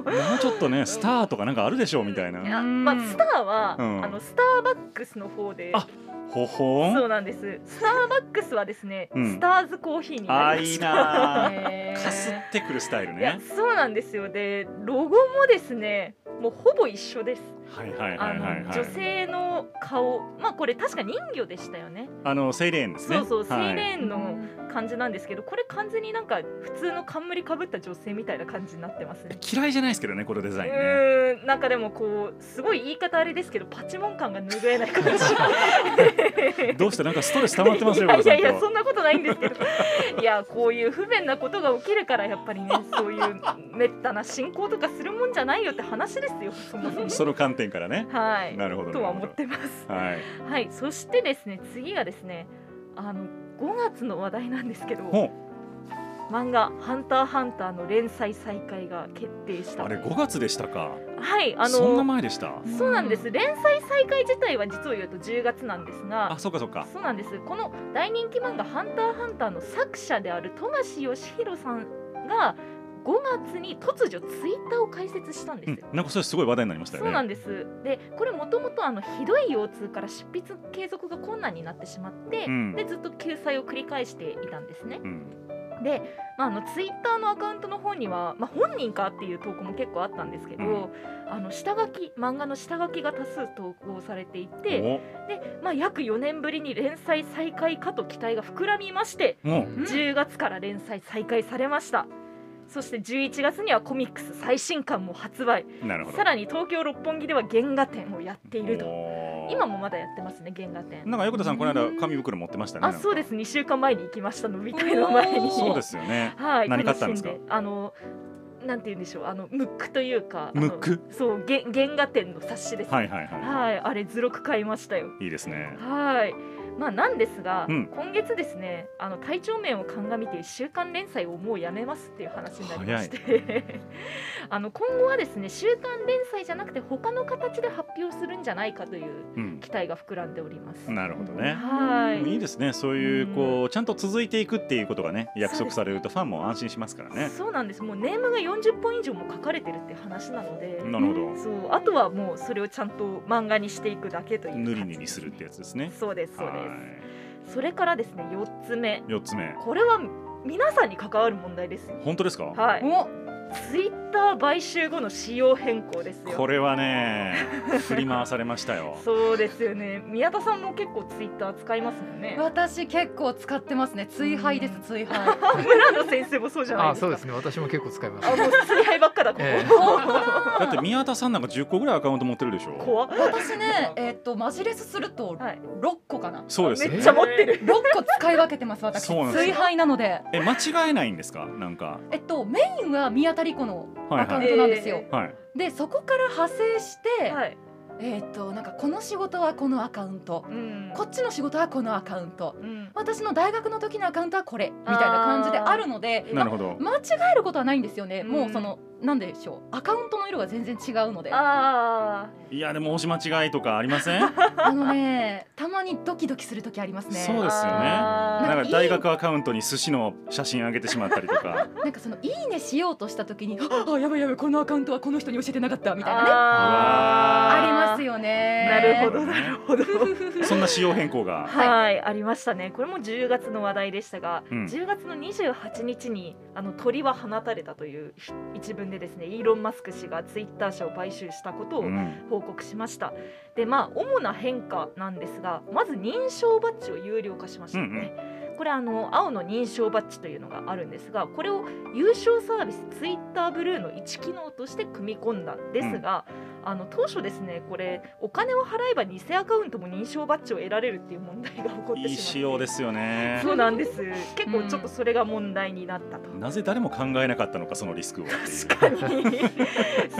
Speaker 3: うちょっとねスターとかなんかあるでし [laughs] ょうみたいな
Speaker 2: やまあ、スターは、
Speaker 3: うん
Speaker 2: あのスターバックスの方で
Speaker 3: あほほん
Speaker 2: そうなんですスターバックスはですね、
Speaker 3: うん
Speaker 2: スターズコーヒーに
Speaker 3: あ
Speaker 2: な
Speaker 3: あ
Speaker 2: りま
Speaker 3: いい
Speaker 2: した
Speaker 3: なー
Speaker 4: へー
Speaker 3: かすってくるスタイル
Speaker 2: いや
Speaker 3: ね
Speaker 2: そうなんですよでロゴもですねもうほぼ一緒です、
Speaker 3: はいはいはいはい
Speaker 2: あの
Speaker 3: はい
Speaker 2: 女性の顔まあこれ確か人魚でしたよね
Speaker 3: あのセイレーンですね
Speaker 2: そうそうセ
Speaker 3: はい
Speaker 2: イレーンの感じなんですけど、これ完全になんか普通の冠かぶった女性みたいな感じになってますね
Speaker 3: 嫌いじゃないですけどねこのデザイン
Speaker 2: う
Speaker 3: ね
Speaker 2: ーんなんかでもこうすごい言い方あれですけどパチモン感が拭えない感じ
Speaker 3: [laughs] どうしてなんかストレス溜まってますよ
Speaker 2: [laughs] いやいやい
Speaker 3: 横
Speaker 2: やそんなことないんですけどいやこういう不便なことが起きるからやっぱり
Speaker 3: [laughs]
Speaker 2: ねそういうめったな進行とかするもんじゃないよって話ですよそも
Speaker 3: 田さ
Speaker 2: そ
Speaker 3: ん [laughs]
Speaker 2: も
Speaker 3: とその観点からね
Speaker 2: はい
Speaker 3: なるほど
Speaker 2: とは
Speaker 3: な
Speaker 2: 思
Speaker 3: るほど
Speaker 2: ってます
Speaker 3: はい
Speaker 2: [laughs] はいそしてですね次がですねあの5月の話題なんですけど
Speaker 3: ほん
Speaker 2: 漫画「ハンターハンター」の連載再開が決定した
Speaker 3: あれ5月でしたか
Speaker 2: はいあの
Speaker 3: そんな前でした
Speaker 2: そうなんです連載再開自体は実を言うと10月なんですが
Speaker 3: あそうかそうか
Speaker 2: そうなんですこの大人気漫画「ハンターハンター」の作者である富樫義弘さんが5月に突如ツイッターを開設したんです
Speaker 3: う
Speaker 2: よ
Speaker 3: ん。なんかそれすごい話題になりましたよ
Speaker 2: そうなん
Speaker 3: ね
Speaker 2: ですでこれもともとあのひどい腰痛から執筆継続が困難になってしまって、
Speaker 3: うん
Speaker 2: でずっと救済を繰り返していたんですね
Speaker 3: うん
Speaker 2: で、まあ、あのツイッターのアカウントの方には、まあ、本人かっていう投稿も結構あったんですけど、
Speaker 3: うん
Speaker 2: あの下書き漫画の下書きが多数投稿されていて
Speaker 3: お
Speaker 2: で、まあ、約4年ぶりに連載再開かと期待が膨らみまして
Speaker 3: も
Speaker 4: うん
Speaker 2: 10月から連載再開されましたそして11月にはコミックス最新刊も発売
Speaker 3: うなるほど
Speaker 2: さらに東京六本木では原画展をやっていると
Speaker 3: おー
Speaker 2: 今もまだやってますね原画展
Speaker 3: なんか横田さんこの間紙袋持ってましたね
Speaker 2: あそうですす2週間前に行きましたのみたいな前に
Speaker 3: そうですよね
Speaker 2: [laughs] はい、
Speaker 3: 何買ったんですか
Speaker 2: 楽しあのなんて言うんでしょうあのムックというかあの
Speaker 3: ムック
Speaker 2: そうげ原画展の冊子です、
Speaker 3: はいはいは
Speaker 2: はいあれ図録買いましたよ
Speaker 3: いいいですね
Speaker 2: はいまあなんですが、
Speaker 3: うん
Speaker 2: 今月ですねあの体調面を鑑みて週刊連載をもうやめますっていう話になりまして [laughs] あの今後はですね週刊連載じゃなくて他の形で発表するんじゃないかという
Speaker 3: うん
Speaker 2: 期待が膨らんでおります
Speaker 3: なるほどね
Speaker 2: は
Speaker 3: でもいい
Speaker 2: い
Speaker 3: ですねそういうこうちゃんと続いていくっていうことがね約
Speaker 2: そう
Speaker 3: 束
Speaker 2: です
Speaker 3: されるとファンも安心しますからね
Speaker 2: そうなんですもうネームが40本以上も書かれてるって話なので
Speaker 3: なるほど
Speaker 2: そうあとはもうそれをちゃんと漫画にしていくだけという
Speaker 3: ぬり
Speaker 2: 感
Speaker 3: ぬ
Speaker 2: じで
Speaker 3: りするってやつですね
Speaker 2: そうですそうで
Speaker 3: は
Speaker 2: すそれからですね4つ目
Speaker 3: い四つ目
Speaker 2: これは皆さんに関わる問題ですよ
Speaker 3: 本当ですか
Speaker 2: はい
Speaker 4: お
Speaker 2: ツイッター買収後の仕様変更ですよ
Speaker 3: これはね振り回されましたよ
Speaker 2: [laughs] そうですよね宮田さんも結構ツイッター使いますよね
Speaker 4: 私結構使ってますね追廃です
Speaker 2: [laughs]
Speaker 4: 追廃
Speaker 2: 村野先生もそうじゃない
Speaker 5: あ
Speaker 2: ですか
Speaker 5: そうですね私も結構使います
Speaker 2: あもう追廃ばっかだここ、
Speaker 5: ええ
Speaker 3: だって宮田さんなんか10個ぐらいアカウント持ってるでしょ
Speaker 2: 怖っ
Speaker 4: 私ねえっ、とマジレスすると
Speaker 2: はい
Speaker 4: 6個かな
Speaker 3: そうです
Speaker 2: め
Speaker 3: ね
Speaker 2: っちゃ持ってる
Speaker 4: 6個使い分けてます私
Speaker 3: そうなんですよ
Speaker 4: 追廃なので
Speaker 3: え間違えないんですかなんか
Speaker 4: えっとメインは宮田理子の
Speaker 3: はい
Speaker 4: アカウン
Speaker 3: は
Speaker 4: トなんですよ、
Speaker 3: いはい
Speaker 4: でそこから派生して、
Speaker 2: はい、
Speaker 4: えっとなんかこの仕事はこのアカウント
Speaker 2: うん
Speaker 4: こっちの仕事はこのアカウント
Speaker 2: うん
Speaker 4: 私の大学の時のアカウントはこれみたいな感じであるので
Speaker 3: なるほど
Speaker 4: 間違えることはないんですよね、
Speaker 2: うん
Speaker 4: もうそのなんでしょうアカウントの色が全然違うので
Speaker 2: あ
Speaker 4: あ
Speaker 3: いやでも押し間違いとかありませ
Speaker 2: [laughs]
Speaker 3: ん
Speaker 4: のねたまにドキドキする時ありますね
Speaker 3: そう
Speaker 2: ー
Speaker 3: ですよね
Speaker 2: あー
Speaker 3: なんか大学アカウントに寿司の写真あげてしまったりと
Speaker 2: [laughs]
Speaker 3: か
Speaker 4: なんかその「いいね」しようとした時に「ああやばいやばいこのアカウントはこの人に教えてなかった」みたいなねあ
Speaker 2: あー
Speaker 4: りますよね
Speaker 2: なるほ
Speaker 3: ね
Speaker 2: どなる [laughs] ほど
Speaker 3: そんな仕様変更が
Speaker 4: はい
Speaker 2: はいありましたねこれも10月の話題でしたが、
Speaker 3: うん
Speaker 2: 10月の28日にあの鳥は放たれたという一文でですねイーロン・マスク氏がツイッター社を買収したことを
Speaker 3: うん
Speaker 2: 報告しましたでまあ主な変化なんですがまず認証バッジを有料化しましたよね、これあの青の認証バッジというのがあるんですがこれを優勝サービスツイッターブルーの一機能として組み込んだんですが、あの当初ですねこれお金を払えば偽アカウントも認証バッジを得られるっていう問題が起こってしまって
Speaker 3: いい仕様ですよね
Speaker 2: そうなんです結構ちょっとそれが問題になったと、
Speaker 3: なぜ誰も考えなかったのかそのリスクをっていう
Speaker 2: 確かに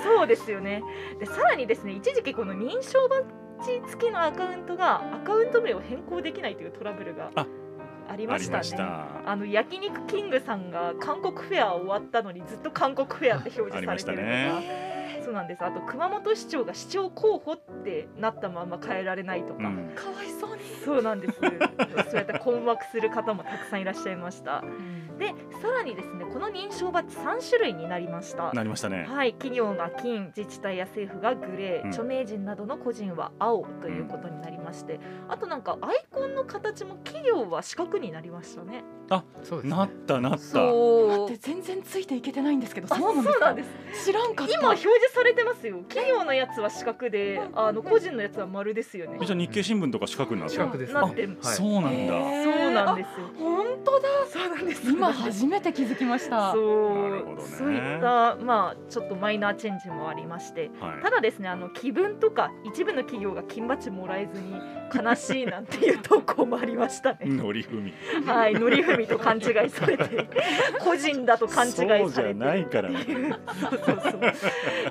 Speaker 2: そうですよねでさらにですね一時期この認証バッジ付きのアカウントがアカウント名を変更できないというトラブルが
Speaker 3: あ
Speaker 2: あり
Speaker 3: あ
Speaker 2: ま
Speaker 3: り
Speaker 2: した
Speaker 3: ま
Speaker 2: ね
Speaker 3: した
Speaker 2: あの焼肉キングさんが韓国フェア終わったのにずっと韓国フェアって表
Speaker 3: ありまし
Speaker 2: 示さ
Speaker 3: た
Speaker 2: れてる
Speaker 3: ね
Speaker 2: のが、そうなんですあと熊本市長が市長候補ってなったまま変えられないとか、
Speaker 3: うん
Speaker 4: [laughs] かわいそうに、
Speaker 2: そうなんですそうやって困惑する方もたくさんいらっしゃいましたでさらにですねこの認証バッジ3種類になりました
Speaker 3: なりましたね
Speaker 2: はい、企業が金、自治体や政府がグレー、
Speaker 3: うん
Speaker 2: 著名人などの個人は青ということになりまして、あとなんかアイコンの形も企業は四角になりましたね。
Speaker 5: そうです
Speaker 3: な
Speaker 5: ね
Speaker 3: ったなった
Speaker 4: だ
Speaker 2: そ
Speaker 4: って全然ついていけてないんですけど
Speaker 2: あ
Speaker 4: そうなんで
Speaker 2: そ
Speaker 4: す
Speaker 2: う
Speaker 4: か
Speaker 2: なんです。
Speaker 4: 知らんかった
Speaker 2: 今表示されてますよ。企業のやつは四角で、あの個人のやつは丸ですよね。
Speaker 3: じゃあ日経新聞とか四角になってる
Speaker 5: 近くです
Speaker 2: なってる
Speaker 5: あ
Speaker 3: そうなんだ、
Speaker 4: へー
Speaker 2: そうなんですよ。
Speaker 4: 本当だ
Speaker 2: そうなんです
Speaker 4: 今初めて気づきました
Speaker 2: そう、
Speaker 3: なるほどね
Speaker 2: そういったまあちょっとマイナーチェンジもありまして、
Speaker 3: はい
Speaker 2: ただですねあの気分とか一部の企業が金バッジもらえずに悲しいなんていう投稿もありましたね。
Speaker 3: 乗り踏み
Speaker 2: はい、乗り踏みと勘違いされ
Speaker 3: [laughs]
Speaker 2: て、個人だと勘違いされて。
Speaker 3: そうじゃないからね
Speaker 2: そうそうそう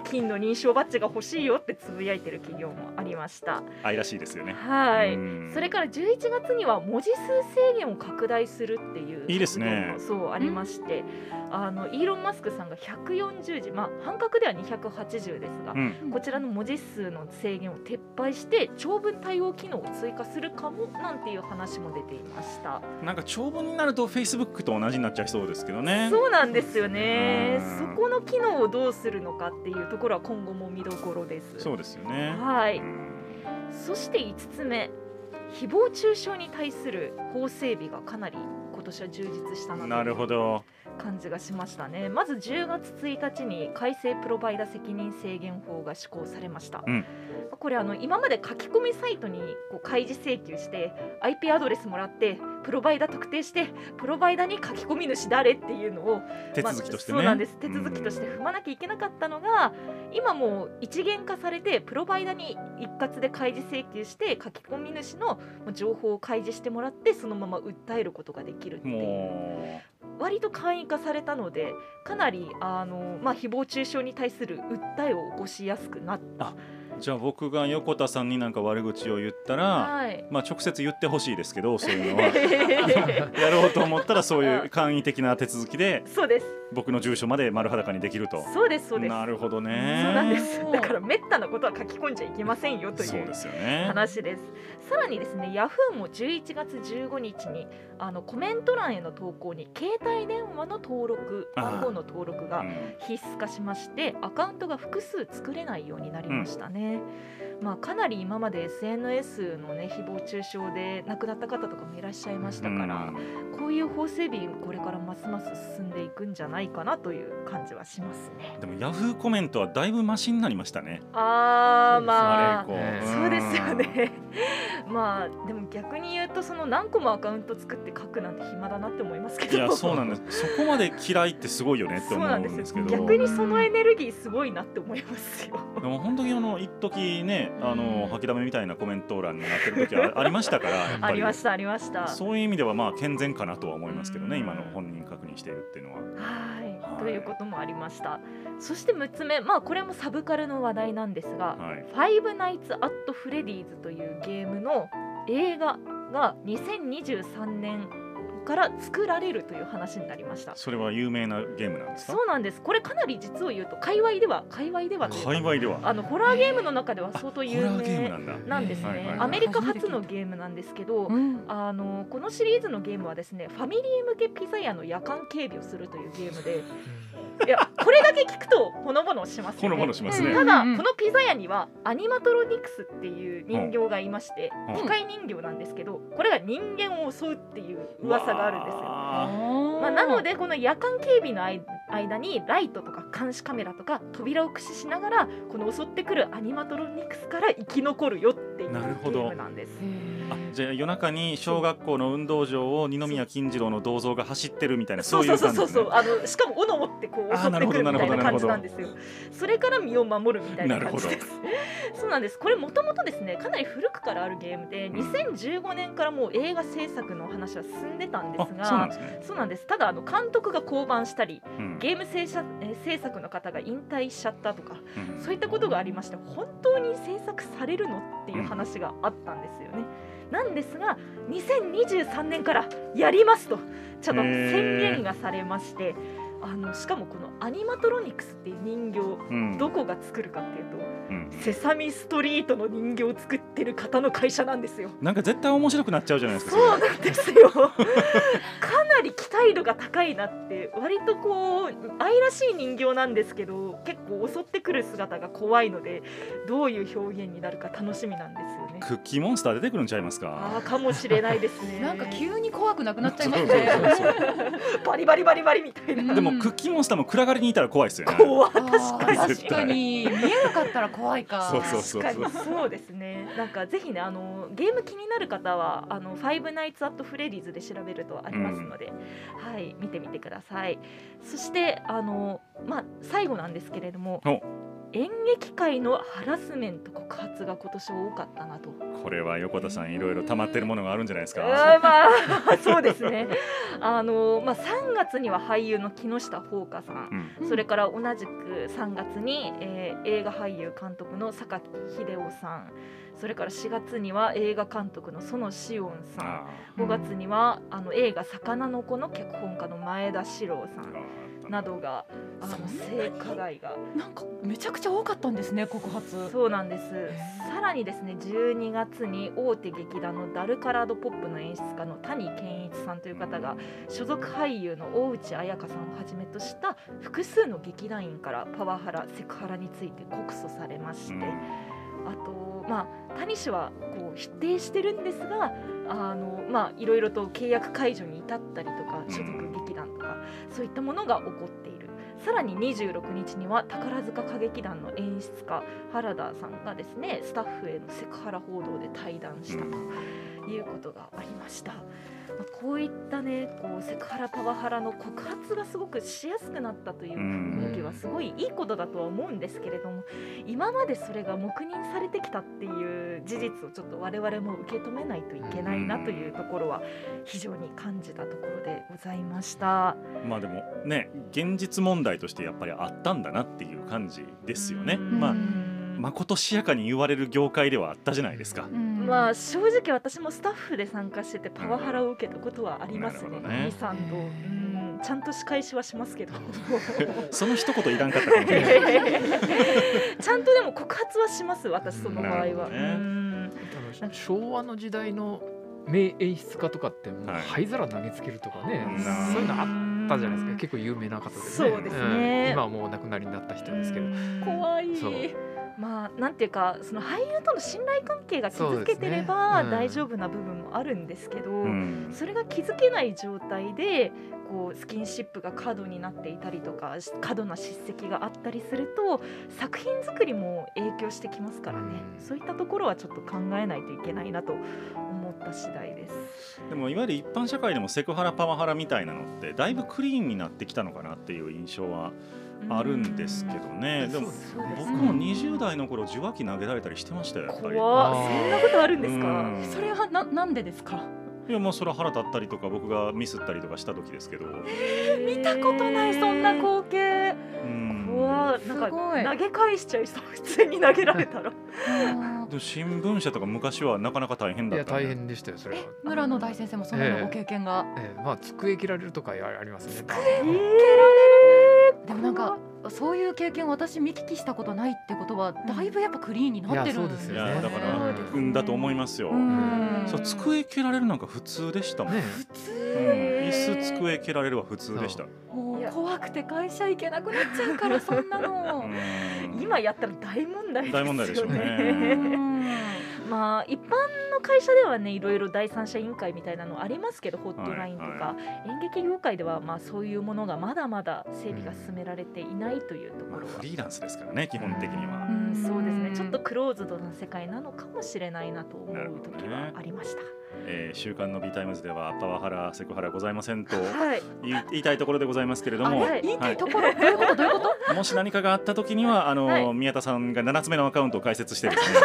Speaker 2: 金の認証バッジが欲しいよってつぶやいてる企業もありました。
Speaker 3: 愛らしいですよね
Speaker 2: は
Speaker 3: う
Speaker 2: い。
Speaker 3: ん
Speaker 2: それから11月には文字数制限を拡大するっていう
Speaker 3: いいですね
Speaker 2: 活動もそうありまして、あのイーロン・マスクさんが140字、まあ半角では280ですが
Speaker 3: う、ん
Speaker 2: こちらの文字数の制限を撤廃して長文対応機能を追加するかもなんていう話も出ていました。
Speaker 3: なんか長文になるとフェイスブックと同じになっちゃいそうですけどね
Speaker 2: そうなんですよね
Speaker 3: う。ん
Speaker 2: そこの機能をどうするのかっていうところは今後も見どころです。
Speaker 3: そうですよね
Speaker 2: は
Speaker 3: う
Speaker 2: い。
Speaker 3: ん
Speaker 2: そして5つ目。誹謗中傷に対する法整備がかなり今年は充実したなという
Speaker 3: なるほど。
Speaker 2: 感じがしましたねまず10月1日に改正プロバイダ責任制限法が施行されました、
Speaker 3: うん
Speaker 2: これあの今まで書き込みサイトにこう開示請求して IP アドレスもらってプロバイダ特定してプロバイダに書き込み主誰っていうのを
Speaker 3: 手続きとして
Speaker 2: まあそう
Speaker 3: ね。
Speaker 2: なんです手続きとして
Speaker 3: うん
Speaker 2: 踏まなきゃいけなかったのが、今もう一元化されてプロバイダに一括で開示請求して書き込み主のもう情報を開示してもらってそのまま訴えることができるっていう。
Speaker 3: も
Speaker 2: 割と簡易化されたのでかなりあの、まあ、誹謗中傷に対する訴えを起こしやすくなっ
Speaker 3: [laughs] うじゃあ僕が横田さんになんか悪口を言った
Speaker 2: た、
Speaker 3: ら、
Speaker 2: はい、
Speaker 3: まあ直接言ってほしいですけどそういうのは [laughs] やろうと思ったらそういう簡易的な手続きで
Speaker 2: そうです
Speaker 3: 僕の住所まで丸裸にできると。
Speaker 2: そうですそうです
Speaker 3: なるほどね。
Speaker 2: そうなんです
Speaker 4: ね
Speaker 2: だからめったなことは書き込んじゃいけませんよとい
Speaker 3: そう
Speaker 2: う
Speaker 3: ですよね。
Speaker 2: 話ですさらにですねヤフーも11月15日にあのコメント欄への投稿に携帯電話の登録
Speaker 3: あー
Speaker 2: 番号の登録
Speaker 3: う
Speaker 2: が
Speaker 3: ん
Speaker 2: 必須化しましてアカウントが複数作れないようになりましたね、まあ、かなり今まで SNS の、ね、誹謗中傷で亡くなった方とかもいらっしゃいましたから、こういう法整備これからますます進んでいくんじゃないかなという感じはしますね。
Speaker 3: でもヤフーコメントはだいぶマシになりましたね。
Speaker 2: あ
Speaker 5: ー
Speaker 2: ー
Speaker 5: ま
Speaker 2: ま
Speaker 3: あ
Speaker 2: あ
Speaker 3: れ以
Speaker 5: ね
Speaker 3: 降
Speaker 2: そうですよ。ね [laughs] まあでも逆に言うとその何個もアカウント作って書くなんて暇だなって思いますけ
Speaker 3: うん
Speaker 2: ど
Speaker 3: いやそうなんです。そこまで嫌いってすごいよねって
Speaker 2: そう
Speaker 3: 思
Speaker 2: な
Speaker 3: うんん
Speaker 2: で
Speaker 3: です
Speaker 2: す
Speaker 3: け
Speaker 2: よ
Speaker 3: ど。
Speaker 2: 逆にそのエネルギーすごいなって思いますよ。
Speaker 3: でも本当にあの一時ねあ
Speaker 2: う
Speaker 3: の
Speaker 2: ん
Speaker 3: 吐きだめみたいなコメント欄になってる時はあ [laughs] ありましたからやっぱ
Speaker 2: あり
Speaker 3: り
Speaker 2: ましたありました。
Speaker 3: そういう意味ではまあ健全かなとは思いますけどね
Speaker 2: うん
Speaker 3: 今の本人確認しているっていうのは。
Speaker 2: は、
Speaker 3: はいい
Speaker 2: ということもありました。そして6つ目、まあこれもサブカルの話題なんですが、
Speaker 3: はい、
Speaker 2: ファイブナイツ・アット・フレディーズというゲームの映画が2023年から作られるという話になりました。
Speaker 3: それは有名なゲームなんですか
Speaker 2: そうなんです。これかなり実を言うと界隈では界隈ではというか
Speaker 3: 界隈では
Speaker 2: あのホラーゲームの中では相当有
Speaker 3: ホラーゲーム
Speaker 2: 名
Speaker 3: なんだ。
Speaker 2: なんです
Speaker 3: はいはい
Speaker 2: ね
Speaker 3: は。い
Speaker 2: アメリカ初のゲームなんですけど、
Speaker 4: うん
Speaker 2: あのこのシリーズのゲームはですねファミリー向けピザ屋の夜間警備をするというゲームでいやこれだけ聞くとほのぼのしますよ
Speaker 3: ほ
Speaker 2: ね
Speaker 3: のぼのしますね
Speaker 2: ただ
Speaker 4: うんうん
Speaker 2: このピザ屋にはアニマトロニクスっていう人形がいまして
Speaker 3: うん
Speaker 2: 機械人形なんですけどこれが人間を襲うっていう噂があるんですよ。まあ、なのでこの夜間警備の間間にライトとか監視カメラとか扉を駆使しながらこの襲ってくるアニマトロニクスから生き残るよっていうゲ
Speaker 3: なるほど
Speaker 2: ームなんです。
Speaker 3: あじゃあ夜中に小学校の運動場を二宮金次郎の銅像が走ってるみたいなそういう
Speaker 2: そう
Speaker 3: 感じ
Speaker 2: そうそうそ
Speaker 3: ね
Speaker 2: うあのしかも斧持ってこう
Speaker 3: あー
Speaker 2: 襲っ
Speaker 3: な
Speaker 2: て
Speaker 3: る
Speaker 2: く
Speaker 3: ほ
Speaker 2: る
Speaker 3: ど
Speaker 2: みたい
Speaker 3: な
Speaker 2: な
Speaker 3: る
Speaker 2: 感
Speaker 3: ほ
Speaker 2: じ
Speaker 3: ど
Speaker 2: なんですよそれから身を守るみたいな感じですそうなんですこれもともとですねかなり古くからあるゲームで
Speaker 3: ん
Speaker 2: 2015年からもう映画制作の話は進んでたんです
Speaker 3: あそうなんで
Speaker 2: が
Speaker 3: すね。
Speaker 2: そうなんですただあの監督が降板したり
Speaker 3: うん
Speaker 2: ゲーム制作えー制作の方が引退しちゃったとか
Speaker 3: うん
Speaker 2: そういったことがありまして本当に制作されるのっていう話があったんですよね。なんですが2023年からやりますとちょっと
Speaker 3: へ
Speaker 2: 宣
Speaker 3: ー
Speaker 2: 言がされましてあのしかもこのアニマトロニクスっていう人形
Speaker 3: うん
Speaker 2: どこが作るかっていうと
Speaker 3: うん
Speaker 2: セサミストリートの人形を作ってる方の会社なんですよ。
Speaker 3: なんか絶対面白くなっちゃうじゃないですか。
Speaker 2: そうなんですよかなり期待度が高いなって割とこう愛らしい人形なんですけど結構襲ってくる姿が怖いのでどういう表現になるか楽しみなんですよね
Speaker 3: クッキーモンスター出てくるんちゃいます
Speaker 2: あ
Speaker 3: か。
Speaker 2: あかもしれないですね
Speaker 4: なんか急に怖くなくなっちゃいます
Speaker 3: そうそうそう
Speaker 4: ね。
Speaker 3: そう
Speaker 2: バリバリバリバリみたいな、
Speaker 4: うん
Speaker 3: でもクッキーモンスターも暗がりにいたら怖いですよね。
Speaker 2: 怖い
Speaker 4: あー
Speaker 3: かに
Speaker 4: 確かに見えなかったら怖いか。
Speaker 3: そうそう
Speaker 2: 確かにそうですねなんかぜひねあのゲーム気になる方は「あのファイブナイツ・アット・フレディーズ」で調べるとありますので、はい見てみてくださいそしてあのまあ最後なんですけれども
Speaker 3: お
Speaker 2: 演劇界のハラスメント告発が今年多かったなと
Speaker 3: これは横田さんいろいろ溜まってるものがあるんじゃないですか。
Speaker 2: あーまあそうですねあのまあ3月には俳優の木下ほうかさん
Speaker 3: うん
Speaker 2: それから同じく3月に、えー映画俳優監督の榊英雄さんそれから4月には映画監督の園志音さん
Speaker 3: あ
Speaker 2: 5月にはあの映画「魚の子」の脚本家の前田史郎さ
Speaker 3: ー
Speaker 2: ん
Speaker 3: あー
Speaker 2: などがあの
Speaker 4: そんなに
Speaker 2: 性加害が
Speaker 4: なんかめちゃくちゃ多かったんですね告発。
Speaker 2: そうなんですさらにですね12月に大手劇団のダルカラードポップの演出家の谷健一さんという方が所属俳優の大内彩香さんをはじめとした複数の劇団員からパワハラセクハラについて告訴されまして、
Speaker 3: うん
Speaker 2: あと、まあ、谷氏はこう否定してるんですがあの、まあ、いろいろと契約解除に至ったりとか所属劇団とかそういったものが起こっている。さらに26日には宝塚歌劇団の演出家原田さんがですねスタッフへのセクハラ報道で対談したということがありました。まあこういったねこうセクハラパワハラの告発がすごくしやすくなったという雰囲気はすごいいいことだとは思うんですけれども今までそれが黙認されてきたっていう事実をちょっと我々も受け止めないといけないなというところは非常に感じたところでございました。
Speaker 3: まあでもね現実問題としてやっぱりあったんだなっていう感じですよね。
Speaker 2: うん
Speaker 3: まあ
Speaker 4: うん
Speaker 3: まことしやかに言われる業界ではあったじゃないですか。
Speaker 4: うん
Speaker 2: まあ正直私もスタッフで参加しててパワハラを受けたことはありますね
Speaker 3: う、んなるほどね
Speaker 2: 兄さんと、うん、ちゃんと仕返しはしますけど [laughs]
Speaker 3: その一言いらんかったかもしれない。
Speaker 2: ちゃんとでも告発はします私その場合
Speaker 3: なるほ
Speaker 2: は、
Speaker 3: どね
Speaker 2: うん
Speaker 5: 多分昭和の時代の名演出家とかってもう
Speaker 3: はい
Speaker 5: 灰皿投げつけるとかね、
Speaker 3: うん
Speaker 5: そういうのあったじゃないですか結構有名な方でね
Speaker 2: そうですね
Speaker 5: うん今はもうお亡くなりになった人ですけど、
Speaker 2: 怖い
Speaker 5: そう
Speaker 2: まあなんていうかその俳優との信頼関係が築けてれ
Speaker 5: そうです
Speaker 2: ば
Speaker 5: ねうん
Speaker 2: 大丈夫な部分もあるんですけど、
Speaker 3: うん
Speaker 2: それが気づけない状態でこうスキンシップが過度になっていたりとかし過度な叱責があったりすると作品作りも影響してきますからね、
Speaker 5: うん
Speaker 2: そういったところはちょっと考えないといけないなと思った次第です。
Speaker 3: でもいわゆる一般社会でもセクハラパワハラみたいなのってだいぶクリーンになってきたのかなっていう印象はあるんですけどね。でも
Speaker 2: そうです
Speaker 3: 僕
Speaker 2: ね
Speaker 3: も20代の頃受話器投げられたりしてましたよ。やっぱり
Speaker 2: 怖っ
Speaker 5: あー
Speaker 2: そんなことあるんですか、
Speaker 3: うん
Speaker 4: それはななんでですか
Speaker 3: いやまあそれは腹立ったりとか僕がミスったりとかした時ですけど。
Speaker 2: [laughs] 見
Speaker 4: 見たことないそんな光景
Speaker 3: うん
Speaker 2: 怖っなんか
Speaker 4: すごい
Speaker 2: 投げ返しちゃいそう普通に投げられた
Speaker 4: [laughs]
Speaker 2: ら
Speaker 3: でも新聞社とか昔はなかなか大変
Speaker 5: い
Speaker 3: だっ
Speaker 5: や
Speaker 3: たんで
Speaker 5: 大変でしたよそれは。
Speaker 4: 村野大先生もそのようなご経験が、
Speaker 5: ええまあ机切られるとかありますね。
Speaker 2: え
Speaker 5: うん
Speaker 2: ー
Speaker 4: でもなんかそういう経験私見聞きしたことないってことはだいぶやっぱクリーンになってるん
Speaker 3: いや
Speaker 5: いやそうですよね
Speaker 3: だから
Speaker 5: そう
Speaker 3: う
Speaker 5: ですね
Speaker 3: んだと思いますよ。
Speaker 4: うん
Speaker 3: そう机蹴られるなんか普通でしたもん。
Speaker 5: ね
Speaker 4: 普
Speaker 3: うん
Speaker 4: 通
Speaker 3: 椅子机蹴られるは普通でした。
Speaker 4: もう怖くて会社行けなくなっちゃうからそんなの
Speaker 3: うん
Speaker 2: 今やったら大問題ですよ
Speaker 3: 大
Speaker 2: ね
Speaker 3: 問題でしょう
Speaker 4: [laughs] う
Speaker 3: ね。
Speaker 4: [laughs] ん
Speaker 2: まあ一般の会社ではねいろいろ第三者委員会みたいなのありますけどホットラインとか、
Speaker 3: は
Speaker 2: 演劇業界ではまあそういうものがまだまだ整備が進められていないというと
Speaker 3: ま
Speaker 2: こ
Speaker 3: あ
Speaker 2: ろは
Speaker 3: フ。リーランスですからね基本的には。
Speaker 2: うん、そうですねちょっとクローズドな世界なのかもしれないなと思う時はありました。
Speaker 3: えー週刊の B タイムズではパワハラセクハラございませんと
Speaker 2: はい、
Speaker 3: 言い言いたいところでございますけれども
Speaker 2: あ。はい
Speaker 4: 言いたいところどういうことどういうこ
Speaker 3: [laughs]
Speaker 4: と
Speaker 3: もし何かがあった時にはあの、
Speaker 2: はい
Speaker 3: 宮田さんが7つ目のアカウントを開設してです
Speaker 2: [laughs]
Speaker 3: ね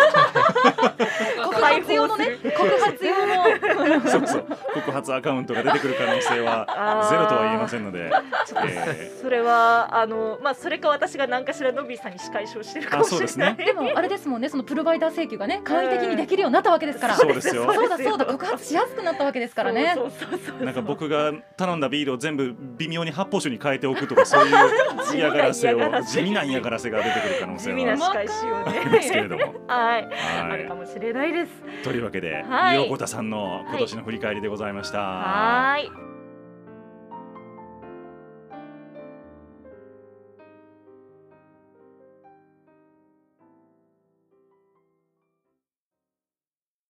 Speaker 4: [laughs] 告発用のね告発用の [laughs]
Speaker 3: そうそう告発アカウントが出てくる可能性はゼロとは言えませんので、
Speaker 2: ちょっと
Speaker 3: え
Speaker 2: [laughs] それはあのまあそれか私が何かしらノビーさんに仕返しをしてるかもしれな
Speaker 3: あそ
Speaker 2: い。
Speaker 3: うですね
Speaker 4: でもあれですもんねそのプロバイダー請求がね簡易的にできるようになったわけですから
Speaker 3: そうですよ
Speaker 4: そうだそうだ告発しやすくなったわけですからね
Speaker 2: そうそうそうそう
Speaker 3: なんか僕が頼んだビールを全部微妙に発泡酒に変えておくとかそう
Speaker 2: [laughs]
Speaker 3: いう嫌がらせを地味
Speaker 2: 地味
Speaker 3: な
Speaker 2: な
Speaker 3: 嫌がらせが出てくる可能
Speaker 2: 地
Speaker 3: 性
Speaker 2: 味な
Speaker 3: は
Speaker 2: 仕返しを [laughs]
Speaker 3: ありますけれ
Speaker 2: ね。
Speaker 3: ども。
Speaker 2: はい、あ
Speaker 3: は
Speaker 2: る
Speaker 3: い
Speaker 2: か、もしれないです。
Speaker 3: というわけで、
Speaker 2: はい
Speaker 3: 横田さんの今年の振り返りでございました。
Speaker 2: はーい。